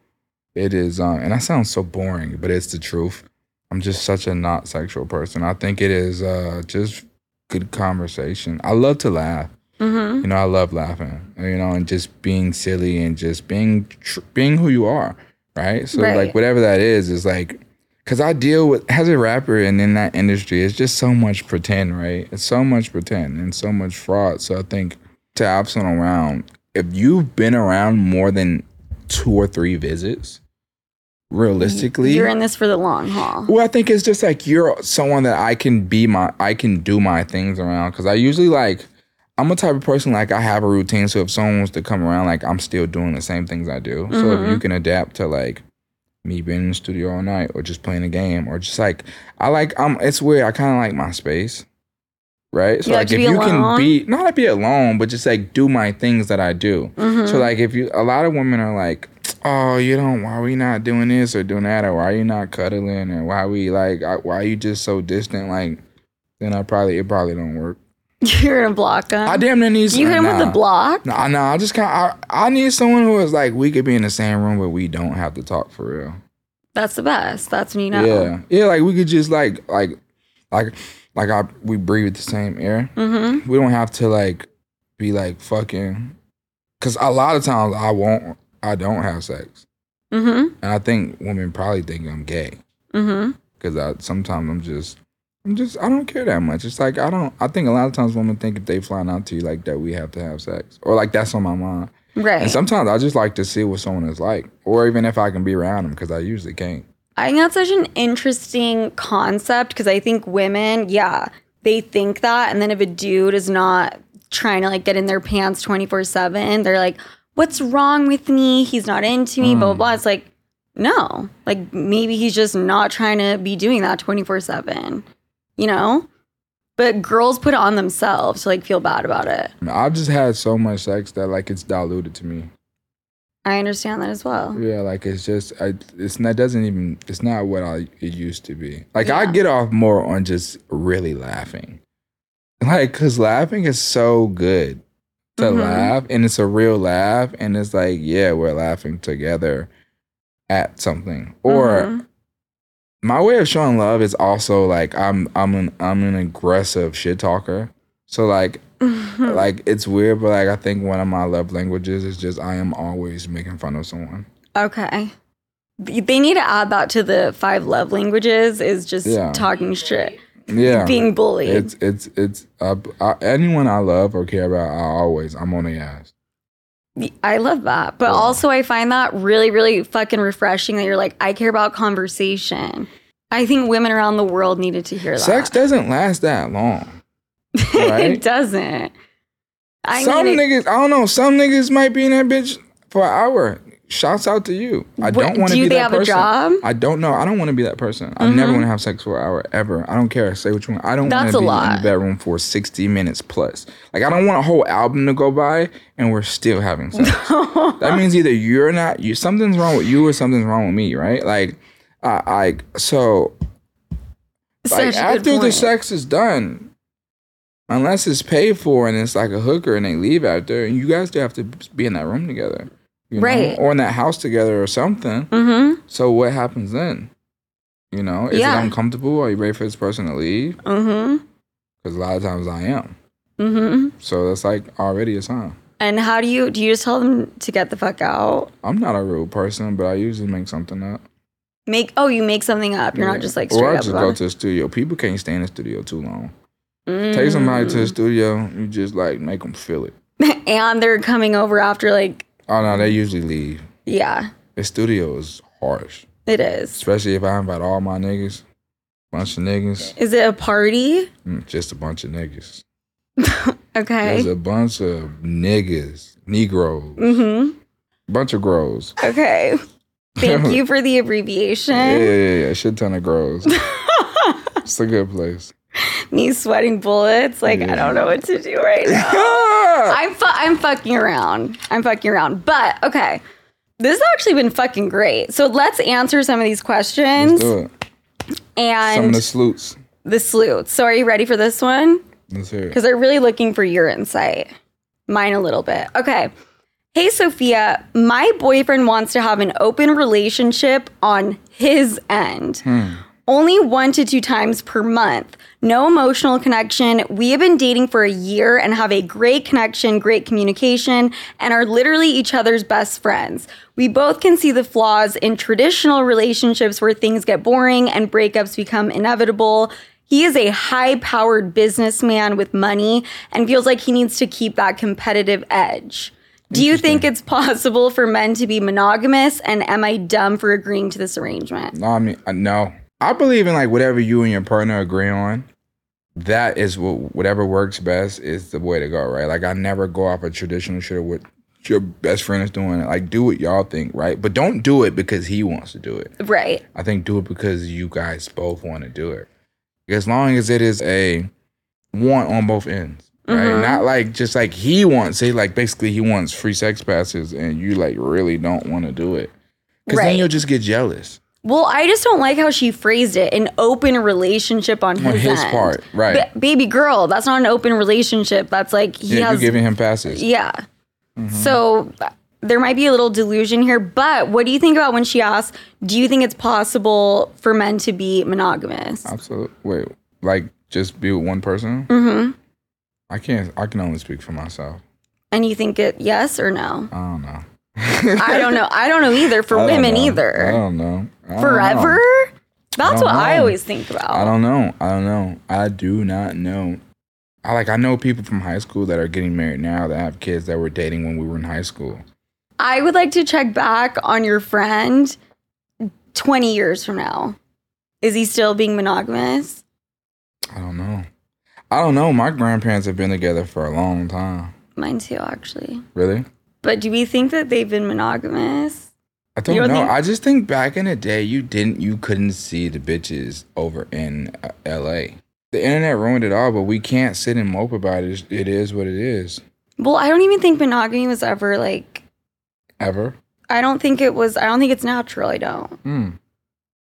Speaker 2: It is, um, and that sounds so boring, but it's the truth. I'm just such a not sexual person. I think it is uh, just good conversation. I love to laugh.
Speaker 1: Mm-hmm.
Speaker 2: You know, I love laughing. You know, and just being silly and just being tr- being who you are, right? So
Speaker 1: Right.
Speaker 2: like whatever that is is like. Cause I deal with as a rapper and in that industry, it's just so much pretend, right? It's so much pretend and so much fraud. So I think to have someone around, if you've been around more than two or three visits, realistically,
Speaker 1: You're in this for the long haul.
Speaker 2: well, I think it's just like you're someone that I can be my, I can do my things around. Cause I usually like, I'm a type of person like I have a routine. So if someone was to come around, like I'm still doing the same things I do. So if you
Speaker 1: Mm-hmm.
Speaker 2: can adapt to like me being in the studio all night or just playing a game or just like, I like, um, it's weird. I kind of like my space. Right. So
Speaker 1: You like
Speaker 2: like
Speaker 1: to
Speaker 2: if
Speaker 1: be
Speaker 2: you
Speaker 1: alone?
Speaker 2: can be, not to be alone, but just like do my things that I do.
Speaker 1: Mm-hmm.
Speaker 2: So like if you, a lot of women are like, oh, you don't, why we not doing this or doing that, or why you not cuddling, or why we like, I- why you just so distant? Like, then I probably, it probably don't work.
Speaker 1: You're gonna block them.
Speaker 2: I damn near need.
Speaker 1: Um, you hit him with
Speaker 2: nah.
Speaker 1: the block.
Speaker 2: Nah, nah. I just kind. I I need someone who is like we could be in the same room, but we don't have to talk for real.
Speaker 1: That's the best. That's when you know.
Speaker 2: Yeah, yeah. Like we could just like like like like I we breathe the same air.
Speaker 1: Mm-hmm.
Speaker 2: We don't have to like be like fucking. Cause a lot of times I won't. I don't have sex,
Speaker 1: Mm-hmm.
Speaker 2: and I think women probably think I'm gay.
Speaker 1: Mm-hmm.
Speaker 2: Cause I sometimes I'm just. I'm just I don't care that much. It's like I don't I think a lot of times women think if they flying out to you like that we have to have sex. Or like that's on my mind.
Speaker 1: Right.
Speaker 2: And sometimes I just like to see what someone is like, or even if I can be around them, because I usually can't.
Speaker 1: I think that's such an interesting concept because I think women, yeah, they think that. And then if a dude is not trying to like get in their pants 24 7, they're like, what's wrong with me? He's not into me, blah, blah, blah. It's like, no, like maybe he's just not trying to be doing that 24 7, you know? But girls put it on themselves to like feel bad about it.
Speaker 2: I mean, I've just had so much sex that like it's diluted to me.
Speaker 1: I understand that as well.
Speaker 2: Yeah, like it's just I, it's not doesn't even it's not what I it used to be. Like I
Speaker 1: Yeah.
Speaker 2: get off more on just really laughing, like because laughing is so good to
Speaker 1: Mhm.
Speaker 2: laugh, and it's a real laugh, and it's like yeah, we're laughing together at something or.
Speaker 1: Mhm.
Speaker 2: my way of showing love is also like I'm I'm an I'm an aggressive shit talker. So like
Speaker 1: Mm-hmm.
Speaker 2: like it's weird, but like I think one of my love languages is just I am always making fun of someone.
Speaker 1: Okay. They they need to add that to the five love languages is just
Speaker 2: Yeah.
Speaker 1: talking shit.
Speaker 2: Yeah,
Speaker 1: Being bullied.
Speaker 2: it's it's it's uh, I, anyone I love or care about. I always I'm on their ass.
Speaker 1: I love that. But also I find that really, really fucking refreshing that you're like, I care about conversation. I think women around the world needed to hear that.
Speaker 2: Sex doesn't last that long.
Speaker 1: it
Speaker 2: Right?
Speaker 1: doesn't. I
Speaker 2: some
Speaker 1: mean, it-
Speaker 2: niggas I don't know. Some niggas might be in that bitch for an hour. Shouts out to you. I
Speaker 1: What-
Speaker 2: don't want to
Speaker 1: do
Speaker 2: be
Speaker 1: they
Speaker 2: that
Speaker 1: have a
Speaker 2: person.
Speaker 1: job? Mm-hmm.
Speaker 2: I don't know. I don't want to be that person. I never want to have sex for an hour ever. I don't care. Say what you want. I don't want
Speaker 1: That's
Speaker 2: to
Speaker 1: a
Speaker 2: be in
Speaker 1: lot.
Speaker 2: the bedroom for sixty minutes plus. Like I don't want a whole album to go by and we're still having sex. that means either you're not you. Something's wrong with you or something's wrong with me. Right? Like, I like so. Like
Speaker 1: such a good
Speaker 2: after the
Speaker 1: point.
Speaker 2: sex is done, unless it's paid for and it's like a hooker and they leave after, and you guys still have to be in that room together, you know?
Speaker 1: Right.
Speaker 2: Or in that house together or something.
Speaker 1: Mm-hmm.
Speaker 2: So what happens then? You know, is
Speaker 1: Yeah.
Speaker 2: it uncomfortable? Are you ready for this person to leave?
Speaker 1: Mm-hmm.
Speaker 2: Because a lot of times I am.
Speaker 1: Mm-hmm.
Speaker 2: So that's like already a sign.
Speaker 1: And how do you do you just tell them to get the fuck out?
Speaker 2: I'm not a rude person, but I usually make something up.
Speaker 1: Make oh, you make something up. You're not just like straight
Speaker 2: or I
Speaker 1: up.
Speaker 2: just
Speaker 1: about
Speaker 2: go
Speaker 1: it.
Speaker 2: to the studio. People can't stay in the studio too long. Take somebody
Speaker 1: Mm.
Speaker 2: to the studio, you just like make them feel it.
Speaker 1: and they're coming over after like
Speaker 2: Oh no, they usually leave.
Speaker 1: yeah
Speaker 2: The studio is harsh,
Speaker 1: it is
Speaker 2: especially if I invite all my niggas, bunch of niggas,
Speaker 1: is it a party
Speaker 2: Mm, just a bunch of niggas. There's
Speaker 1: okay
Speaker 2: a bunch of niggas, Negroes,
Speaker 1: mm-hmm
Speaker 2: bunch of grows.
Speaker 1: okay thank you for the abbreviation
Speaker 2: Yeah, yeah, yeah, yeah. Shit ton of grows. it's a good place.
Speaker 1: me sweating bullets like i don't know what to do right now I'm, fu- I'm fucking around i'm fucking around but okay this has actually been fucking great so let's answer some of these questions
Speaker 2: Let's do it. Some of
Speaker 1: and
Speaker 2: the sleuths.
Speaker 1: the sleuth so are you ready for this one
Speaker 2: Let's hear it.
Speaker 1: because they're really looking for your insight. Mine a little bit. Okay. Hey, Sophia, my boyfriend wants to have an open relationship on his end. Only one to two times per month. No emotional connection. We have been dating for a year and have a great connection, great communication, and are literally each other's best friends. We both can see the flaws in traditional relationships where things get boring and breakups become inevitable. He is a high powered businessman with money and feels like he needs to keep that competitive edge. Do you think it's possible for men to be monogamous? And am I dumb for agreeing to this arrangement?
Speaker 2: No, I mean, uh, no. I believe in like whatever you and your partner agree on. That is what whatever works best is the way to go, right? Like I never go off a traditional shit of what your best friend is doing. Like do what y'all think, right? But don't do it because he wants to do it.
Speaker 1: Right.
Speaker 2: I think do it because you guys both want to do it. As long as it is a want on both ends, right? Not like just like he wants it, like basically he wants free sex passes and you like really don't want to do it. Because
Speaker 1: Right.
Speaker 2: then you'll just get jealous.
Speaker 4: Well, I just don't like how she phrased it an open relationship on his,
Speaker 2: his
Speaker 4: end.
Speaker 2: part, right.
Speaker 4: Ba- baby girl, that's not an open relationship. That's like he
Speaker 2: Yeah,
Speaker 4: has
Speaker 2: you're giving him passes.
Speaker 4: Yeah.
Speaker 2: Mm-hmm.
Speaker 4: So uh, there might be a little delusion here, but what do you think about when she asks, do you think it's possible for men to be monogamous?
Speaker 2: Absolutely. Wait, like just be with one person? Mm-hmm. I can't. I can only speak for myself.
Speaker 4: And you think it yes or no?
Speaker 2: I don't know.
Speaker 4: I don't know. I don't know either for
Speaker 2: um, I don't
Speaker 4: women
Speaker 2: know. I
Speaker 4: either.
Speaker 2: don't know. I don't know.
Speaker 4: Forever? That's
Speaker 2: don't
Speaker 4: what I
Speaker 2: know.
Speaker 4: always think about.
Speaker 2: I don't know. I don't know. I do not know. I like. I know people from high school that are getting married now that have kids that were dating when we were in high school.
Speaker 4: I would like to check back on your friend 20 years from now. Is he still being monogamous?
Speaker 2: I don't know. I don't know. My grandparents have been together for a long time.
Speaker 4: Mine too, actually.
Speaker 2: Really?
Speaker 4: But do we think that they've been monogamous?
Speaker 2: I don't,
Speaker 4: You don't
Speaker 2: know.
Speaker 4: think-
Speaker 2: I just think back in the day, you didn't, you couldn't see the bitches over in uh, L.A. The internet ruined it all, but we can't sit and mope about it. It is what it is.
Speaker 4: Well, I don't even think monogamy was ever like,
Speaker 2: Ever.
Speaker 4: I don't think it was, I don't think it's natural. I don't.
Speaker 2: Mm.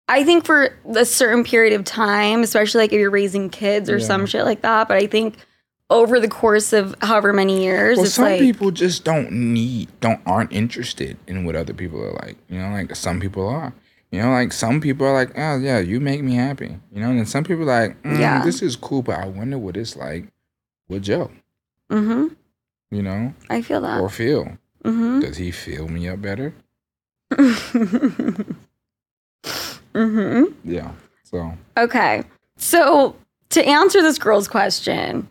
Speaker 4: I think for a certain period of time, especially like if you're raising kids or
Speaker 2: Yeah.
Speaker 4: some shit like that, but I think over the course of however many years,
Speaker 2: Well,
Speaker 4: it's
Speaker 2: some
Speaker 4: like,
Speaker 2: people just don't need, don't aren't interested in what other people are like. You know, like some people are. You know, like some people are like, oh yeah, you make me happy. You know, and then some people are like, mm,
Speaker 4: Yeah.
Speaker 2: this is cool, but I wonder what it's like with Joe.
Speaker 4: hmm
Speaker 2: You know,
Speaker 4: I feel that.
Speaker 2: or Phil.
Speaker 4: hmm
Speaker 2: Does he feel me up better?
Speaker 4: mm-hmm.
Speaker 2: Yeah. So
Speaker 4: Okay. So to answer this girl's question,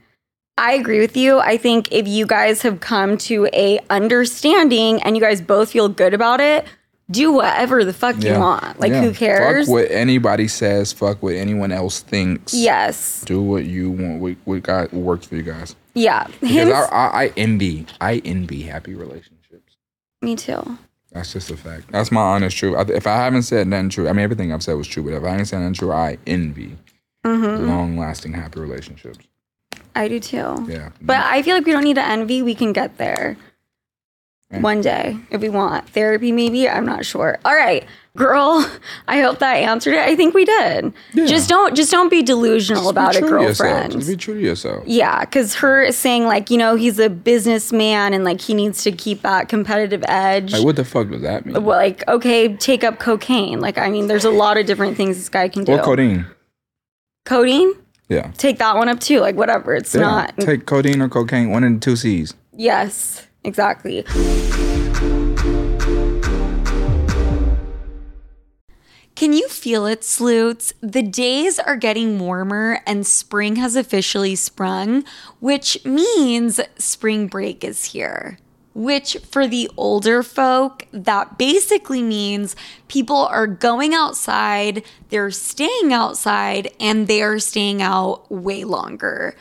Speaker 4: I agree with you. I think if you guys have come to a understanding and you guys both feel good about it, do whatever the fuck
Speaker 2: Yeah.
Speaker 4: you want. Like
Speaker 2: Yeah.
Speaker 4: who cares?
Speaker 2: Fuck what anybody says. Fuck what anyone else thinks.
Speaker 4: yes.
Speaker 2: Do what you want. What, what guy what works for you guys?
Speaker 4: Yeah.
Speaker 2: Because
Speaker 4: Him,
Speaker 2: I, I, I envy. I envy happy relationships.
Speaker 4: me too.
Speaker 2: That's just a fact. That's my honest truth. I, if I haven't said nothing true, I mean everything I've said was true. But if I ain't said nothing true, I envy long lasting happy relationships.
Speaker 4: Mm-hmm. I do too.
Speaker 2: Yeah.
Speaker 4: But I feel like we don't need to envy. We can get there one day if we want. Therapy, maybe. I'm not sure. All right, girl. I hope that answered it. I think we did.
Speaker 2: Yeah.
Speaker 4: Just don't just don't be delusional
Speaker 2: Just be
Speaker 4: about it,
Speaker 2: true to yourself.
Speaker 4: girlfriend.
Speaker 2: Just be true to yourself.
Speaker 4: yeah, because her saying like you know he's a businessman and like he needs to keep that competitive edge.
Speaker 2: Like what the fuck does that mean?
Speaker 4: well, like okay, take up cocaine. Like I mean, there's a lot of different things this guy can do.
Speaker 2: Or codeine.
Speaker 4: codeine,
Speaker 2: Yeah.
Speaker 4: take that one up too. Like whatever, it's
Speaker 2: Yeah.
Speaker 4: not.
Speaker 2: Take codeine or cocaine. One of the two C's.
Speaker 4: yes, exactly.
Speaker 1: Can you feel it, Sleuts? The days are getting warmer and spring has officially sprung, which means spring break is here. Which, for the older folk, that basically means people are going outside, they're staying outside, and they are staying out way longer.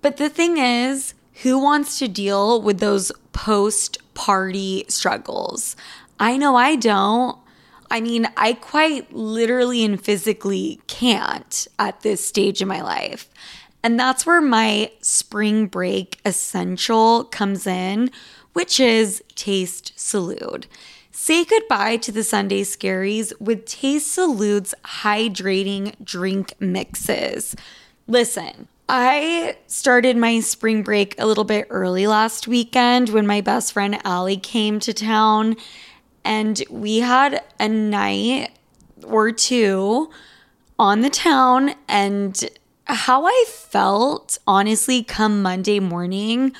Speaker 1: But the thing is, who wants to deal with those post party struggles? I know I don't. I mean, I quite literally and physically can't at this stage in my life. And that's where my spring break essential comes in, which is Taste Salute. Say goodbye to the Sunday scaries with Taste Salute's hydrating drink mixes. Listen, I started my spring break a little bit early last weekend when my best friend Allie came to town, and we had a night or two on the town. And how I felt, honestly, come Monday morning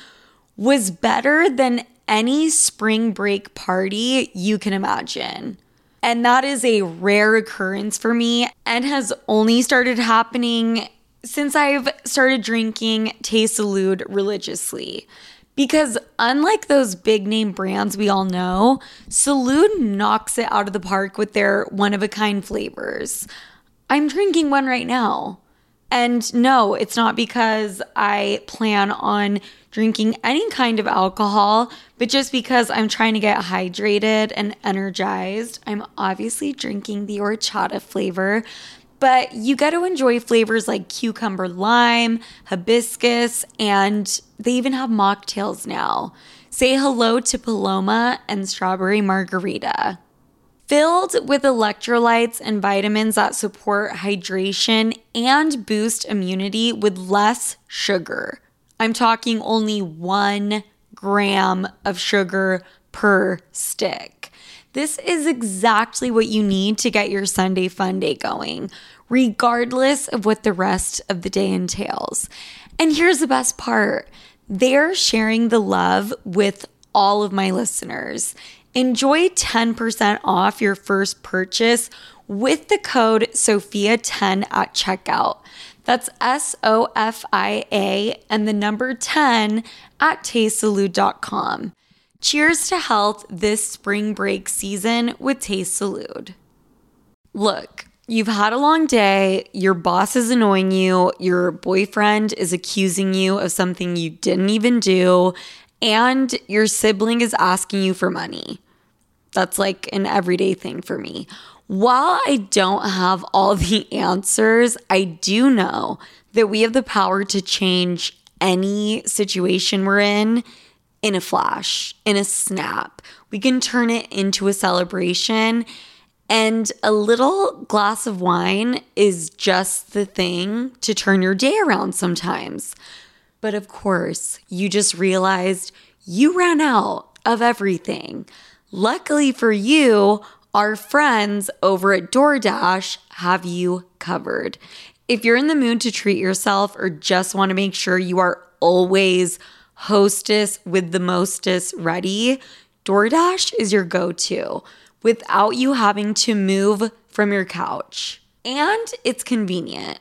Speaker 1: was better than any spring break party you can imagine. And that is a rare occurrence for me and has only started happening since I've started drinking Tay Salud religiously. Because unlike those big name brands we all know, Salud knocks it out of the park with their one of a kind flavors. I'm drinking one right now. And no, it's not because I plan on drinking any kind of alcohol, but just because I'm trying to get hydrated and energized. I'm obviously drinking the horchata flavor, but you get to enjoy flavors like cucumber lime, hibiscus, and they even have mocktails now. Say hello to Paloma and strawberry margarita. filled with electrolytes and vitamins that support hydration and boost immunity with less sugar. I'm talking only one gram of sugar per stick. This is exactly what you need to get your Sunday fun day going, regardless of what the rest of the day entails. And here's the best part they're sharing the love with all of my listeners. Enjoy 10% off your first purchase with the code SOFIA10 at checkout. That's S O F I A and the number 10 at tastesalud.com. Cheers to health this spring break season with Taste Salud. Look, you've had a long day, your boss is annoying you, your boyfriend is accusing you of something you didn't even do, and your sibling is asking you for money. That's like an everyday thing for me. While I don't have all the answers, I do know that we have the power to change any situation we're in in a flash, in a snap. We can turn it into a celebration, and a little glass of wine is just the thing to turn your day around sometimes. But of course, you just realized you ran out of everything. Luckily for you, our friends over at DoorDash have you covered. If you're in the mood to treat yourself or just want to make sure you are always hostess with the mostest ready, DoorDash is your go to without you having to move from your couch. And it's convenient.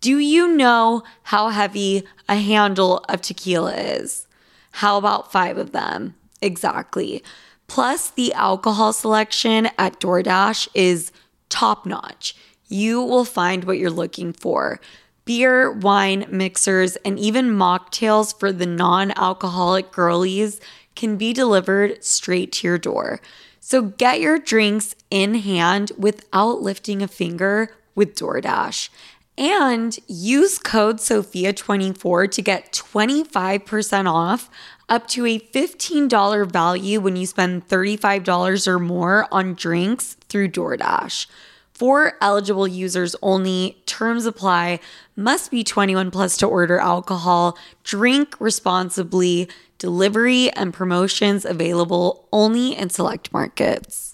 Speaker 1: Do you know how heavy a handle of tequila is? How about five of them? Exactly. Plus, the alcohol selection at DoorDash is top notch. You will find what you're looking for beer, wine, mixers, and even mocktails for the non alcoholic girlies can be delivered straight to your door. So get your drinks in hand without lifting a finger with DoorDash. And use code SOFIA24 to get 25% off up to a $15 value when you spend $35 or more on drinks through DoorDash. For eligible users only, terms apply. Must be 21 plus to order alcohol. Drink responsibly. Delivery and promotions available only in select markets.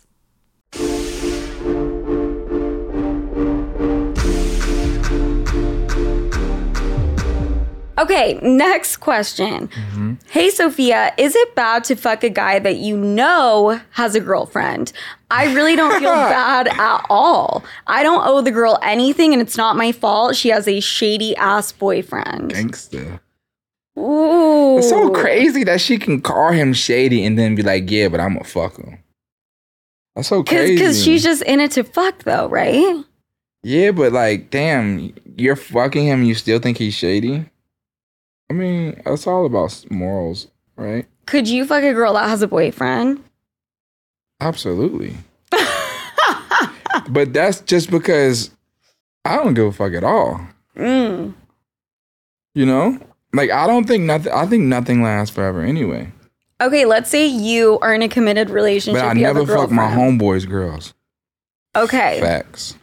Speaker 5: Okay, next question.
Speaker 2: Mm-hmm.
Speaker 5: Hey, Sophia, is it bad to fuck a guy that you know has a girlfriend? I really don't feel bad at all. I don't owe the girl anything and it's not my fault. She has a shady ass boyfriend.
Speaker 2: Gangster.
Speaker 5: Ooh.
Speaker 2: It's so crazy that she can call him shady and then be like, yeah, but I'm going to fuck him. That's so crazy.
Speaker 5: Because she's just in it to fuck, though, right?
Speaker 2: Yeah, but like, damn, you're fucking him. You still think he's shady? I mean, that's all about s- morals, right?
Speaker 5: Could you fuck a girl that has a boyfriend?
Speaker 2: Absolutely. but that's just because I don't give a fuck at all.
Speaker 5: Mm.
Speaker 2: You know, like I don't think nothing. I think nothing lasts forever anyway.
Speaker 5: Okay, let's say you are in a committed relationship.
Speaker 2: But I
Speaker 5: you have a
Speaker 2: never fuck my
Speaker 5: girlfriend.
Speaker 2: homeboys' girls.
Speaker 5: Okay,
Speaker 2: Facts.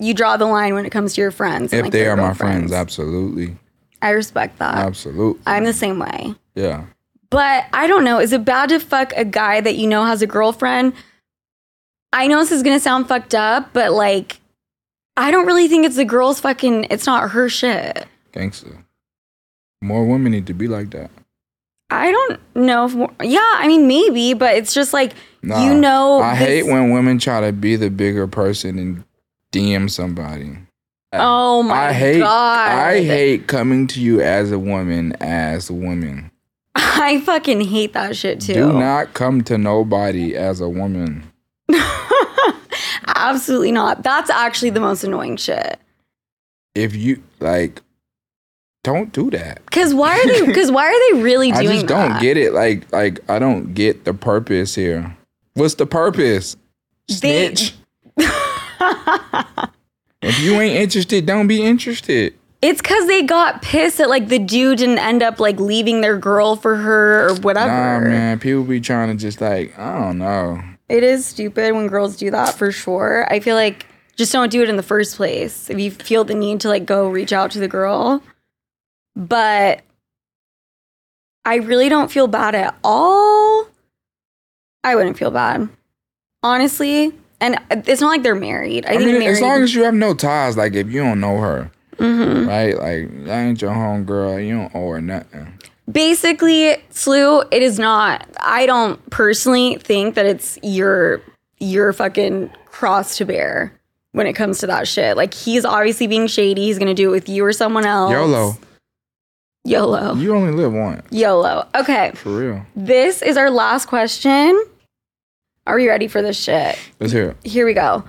Speaker 5: you draw the line when it comes to your friends. and,
Speaker 2: If
Speaker 5: like,
Speaker 2: they
Speaker 5: their
Speaker 2: are my
Speaker 5: girlfriends.
Speaker 2: friends, absolutely,
Speaker 5: I respect that.
Speaker 2: Uh, absolutely.
Speaker 5: I'm the same way.
Speaker 2: yeah.
Speaker 5: But I don't know. Is it bad to fuck a guy that you know has a girlfriend? I know this is gonna sound fucked up, but like, I don't really think it's the girl's fucking. It's not her shit.
Speaker 2: Gangster. More women need to be like that.
Speaker 5: I don't know if. More, yeah, I mean maybe, but it's just like
Speaker 2: Nah,
Speaker 5: you know.
Speaker 2: I
Speaker 5: this-
Speaker 2: hate when women try to be the bigger person and DM somebody.
Speaker 5: Oh my
Speaker 2: I hate.
Speaker 5: god!
Speaker 2: I hate coming to you as a woman. As a woman,
Speaker 5: I fucking hate that shit too.
Speaker 2: do not come to nobody as a woman.
Speaker 5: Absolutely not. That's actually the most annoying shit.
Speaker 2: If you like, don't do that.
Speaker 5: Cause why are they? Cause why are they really doing
Speaker 2: I just don't
Speaker 5: that?
Speaker 2: get it. Like, like I don't get the purpose here. What's the purpose?
Speaker 5: They-
Speaker 2: Snitch. if you ain't interested, don't be interested.
Speaker 5: It's because they got pissed that like the dude didn't end up like leaving their girl for her or whatever.
Speaker 2: Nah, man. People be trying to just like I don't know.
Speaker 1: It is stupid when girls do that for sure. I feel like just don't do it in the first place. If you feel the need to like go reach out to the girl. But I really don't feel bad at all. I wouldn't feel bad. Honestly, and it's not like they're married. I,
Speaker 2: I
Speaker 1: think
Speaker 2: mean,
Speaker 1: married,
Speaker 2: as long as you have no ties, like if you don't know her, right? Like that ain't your home girl. You don't owe her nothing.
Speaker 1: basically slew it is not i don't personally think that it's your your fucking cross to bear when it comes to that shit like he's obviously being shady he's gonna do it with you or someone else
Speaker 2: YOLO.
Speaker 1: yolo
Speaker 2: You only live once,
Speaker 1: yolo okay
Speaker 2: for real.
Speaker 1: this is our last question are we ready for this shit
Speaker 2: Let's hear it.
Speaker 1: here we go.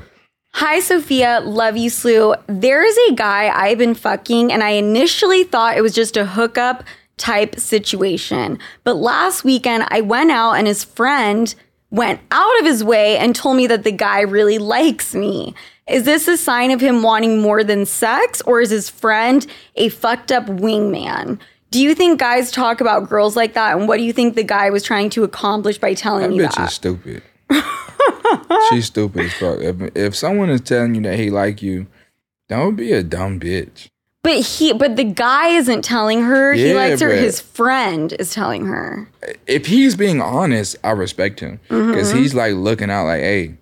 Speaker 1: Hi, Sophia. Love you, Slew. There is a guy I've been fucking, and I initially thought it was just a hookup type situation. But last weekend, I went out, and his friend went out of his way and told me that the guy really likes me. Is this a sign of him wanting more than sex, or is his friend a fucked up wingman? Do you think guys talk about girls like that, and what do you think the guy was trying to accomplish by telling
Speaker 2: That
Speaker 1: you
Speaker 2: bitch
Speaker 1: that?
Speaker 2: is stupid. She's stupid as fuck. If, if someone is telling you that he like you, don't be a dumb bitch.
Speaker 1: But he, but the guy isn't telling her. he
Speaker 2: Yeah,
Speaker 1: likes her.
Speaker 2: but-
Speaker 1: His friend is telling her.
Speaker 2: If he's being honest, I respect him because
Speaker 1: Mm-hmm.
Speaker 2: he's like looking out, like, hey,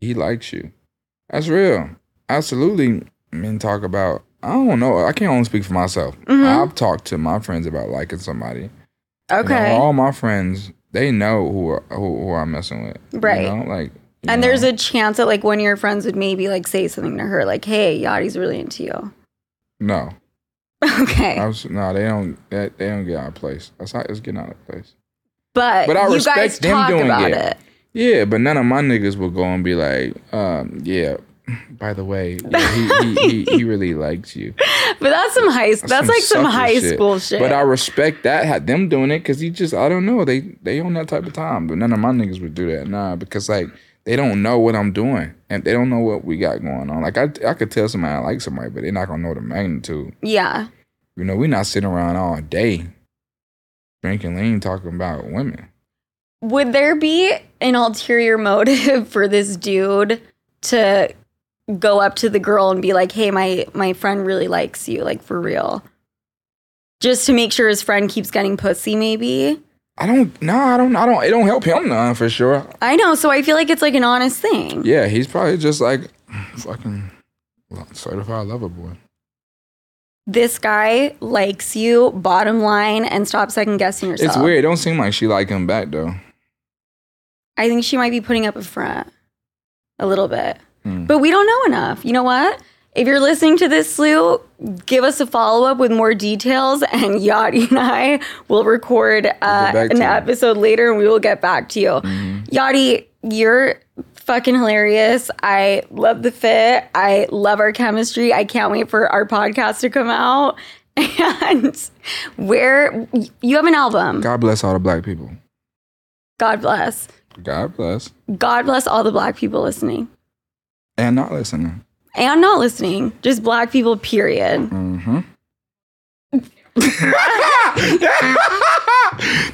Speaker 2: he likes you. That's real. Absolutely. Men talk about. I don't know. I can't only speak for myself.
Speaker 1: Mm-hmm.
Speaker 2: I've talked to my friends about liking somebody. You know,
Speaker 1: Okay.
Speaker 2: all my friends, they know who are, who, who I'm messing with. you
Speaker 1: Right.
Speaker 2: know? Like, you
Speaker 1: and
Speaker 2: know.
Speaker 1: there's a chance that like one of your friends would maybe like say something to her, like, "Hey, Yachty's really into you."
Speaker 2: no.
Speaker 1: Okay.
Speaker 2: I was, no, they don't. That they don't get out of place. That's how it's getting out of place.
Speaker 1: but
Speaker 2: but I
Speaker 1: you
Speaker 2: respect
Speaker 1: guys
Speaker 2: them
Speaker 1: talk
Speaker 2: doing
Speaker 1: about
Speaker 2: it.
Speaker 1: it.
Speaker 2: Yeah, but none of my niggas will go and be like, um, yeah. By the way, yeah, he, he, he he really likes you.
Speaker 1: But that's some high. That's, that's like some
Speaker 2: sucker
Speaker 1: high school shit.
Speaker 2: But I respect that had them doing it because he just I don't know they they on that type of time. But none of my niggas would do that, nah, because like they don't know what I'm doing and they don't know what we got going on. Like I I could tell somebody I like somebody, but they're not gonna know the magnitude.
Speaker 1: yeah.
Speaker 2: You know, we not sitting around all day drinking lean talking about women.
Speaker 1: Would there be an ulterior motive for this dude to go up to the girl and be like, "Hey, my my friend really likes you, like for real," just to make sure his friend keeps getting pussy? Maybe
Speaker 2: I don't. No, I don't. I don't. It don't help him none for sure.
Speaker 1: I know, so I feel like it's like an honest thing.
Speaker 2: Yeah, he's probably just like fucking certified lover boy.
Speaker 1: This guy likes you, bottom line, and stop second guessing yourself.
Speaker 2: It's weird. It don't seem like she like him back though.
Speaker 1: I think she might be putting up a front a little bit.
Speaker 2: Hmm.
Speaker 1: But we don't know enough. You know what? If you're listening to this, Lou, give us a follow up with more details, and Yachty and I will record uh,
Speaker 2: get back
Speaker 1: an
Speaker 2: to you. Hmm.
Speaker 1: episode later and we will get back to you.
Speaker 2: Mm-hmm.
Speaker 1: Yachty, you're fucking hilarious. I love the fit. I love our chemistry. I can't wait for our podcast to come out. And where you have an album.
Speaker 2: God bless all the black people.
Speaker 1: God bless.
Speaker 2: God bless
Speaker 1: God bless all the black people listening.
Speaker 2: and not listening.
Speaker 1: and not listening. Just black people, period.
Speaker 2: Mm-hmm.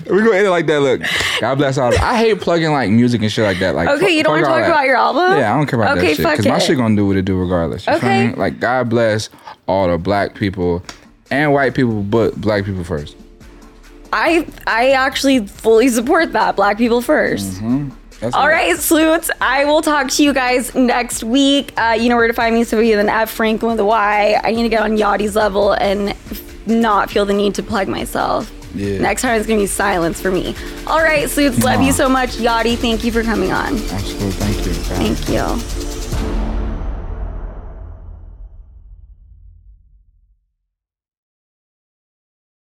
Speaker 2: We're gonna end it like that. Look, God bless all. I hate plugging like music and shit like that. Like,
Speaker 1: Okay, you don't want
Speaker 2: fuck
Speaker 1: to
Speaker 2: all
Speaker 1: talk
Speaker 2: that.
Speaker 1: about your album?
Speaker 2: Yeah, I don't care about
Speaker 1: Okay,
Speaker 2: that shit
Speaker 1: fuck
Speaker 2: because my
Speaker 1: it.
Speaker 2: shit gonna do what it do regardless. You
Speaker 1: Okay.
Speaker 2: feel me? Like God bless all the black people and white people, but black people first.
Speaker 1: I I actually fully support that. Black people 1st
Speaker 2: Mm-hmm. That's
Speaker 1: All
Speaker 2: it.
Speaker 1: right, sleuths. I will talk to you guys next week. Uh, you know where to find me, Sophia then F Franklin with a Y. I need to get on Yachty's level and f- not feel the need to plug myself.
Speaker 2: Yeah.
Speaker 1: Next time it's gonna be silence for me. All right, sleuths, love you
Speaker 2: Mwah.
Speaker 1: so much. Yachty, thank you for coming on.
Speaker 2: Absolutely. Thank you.
Speaker 1: Thank you.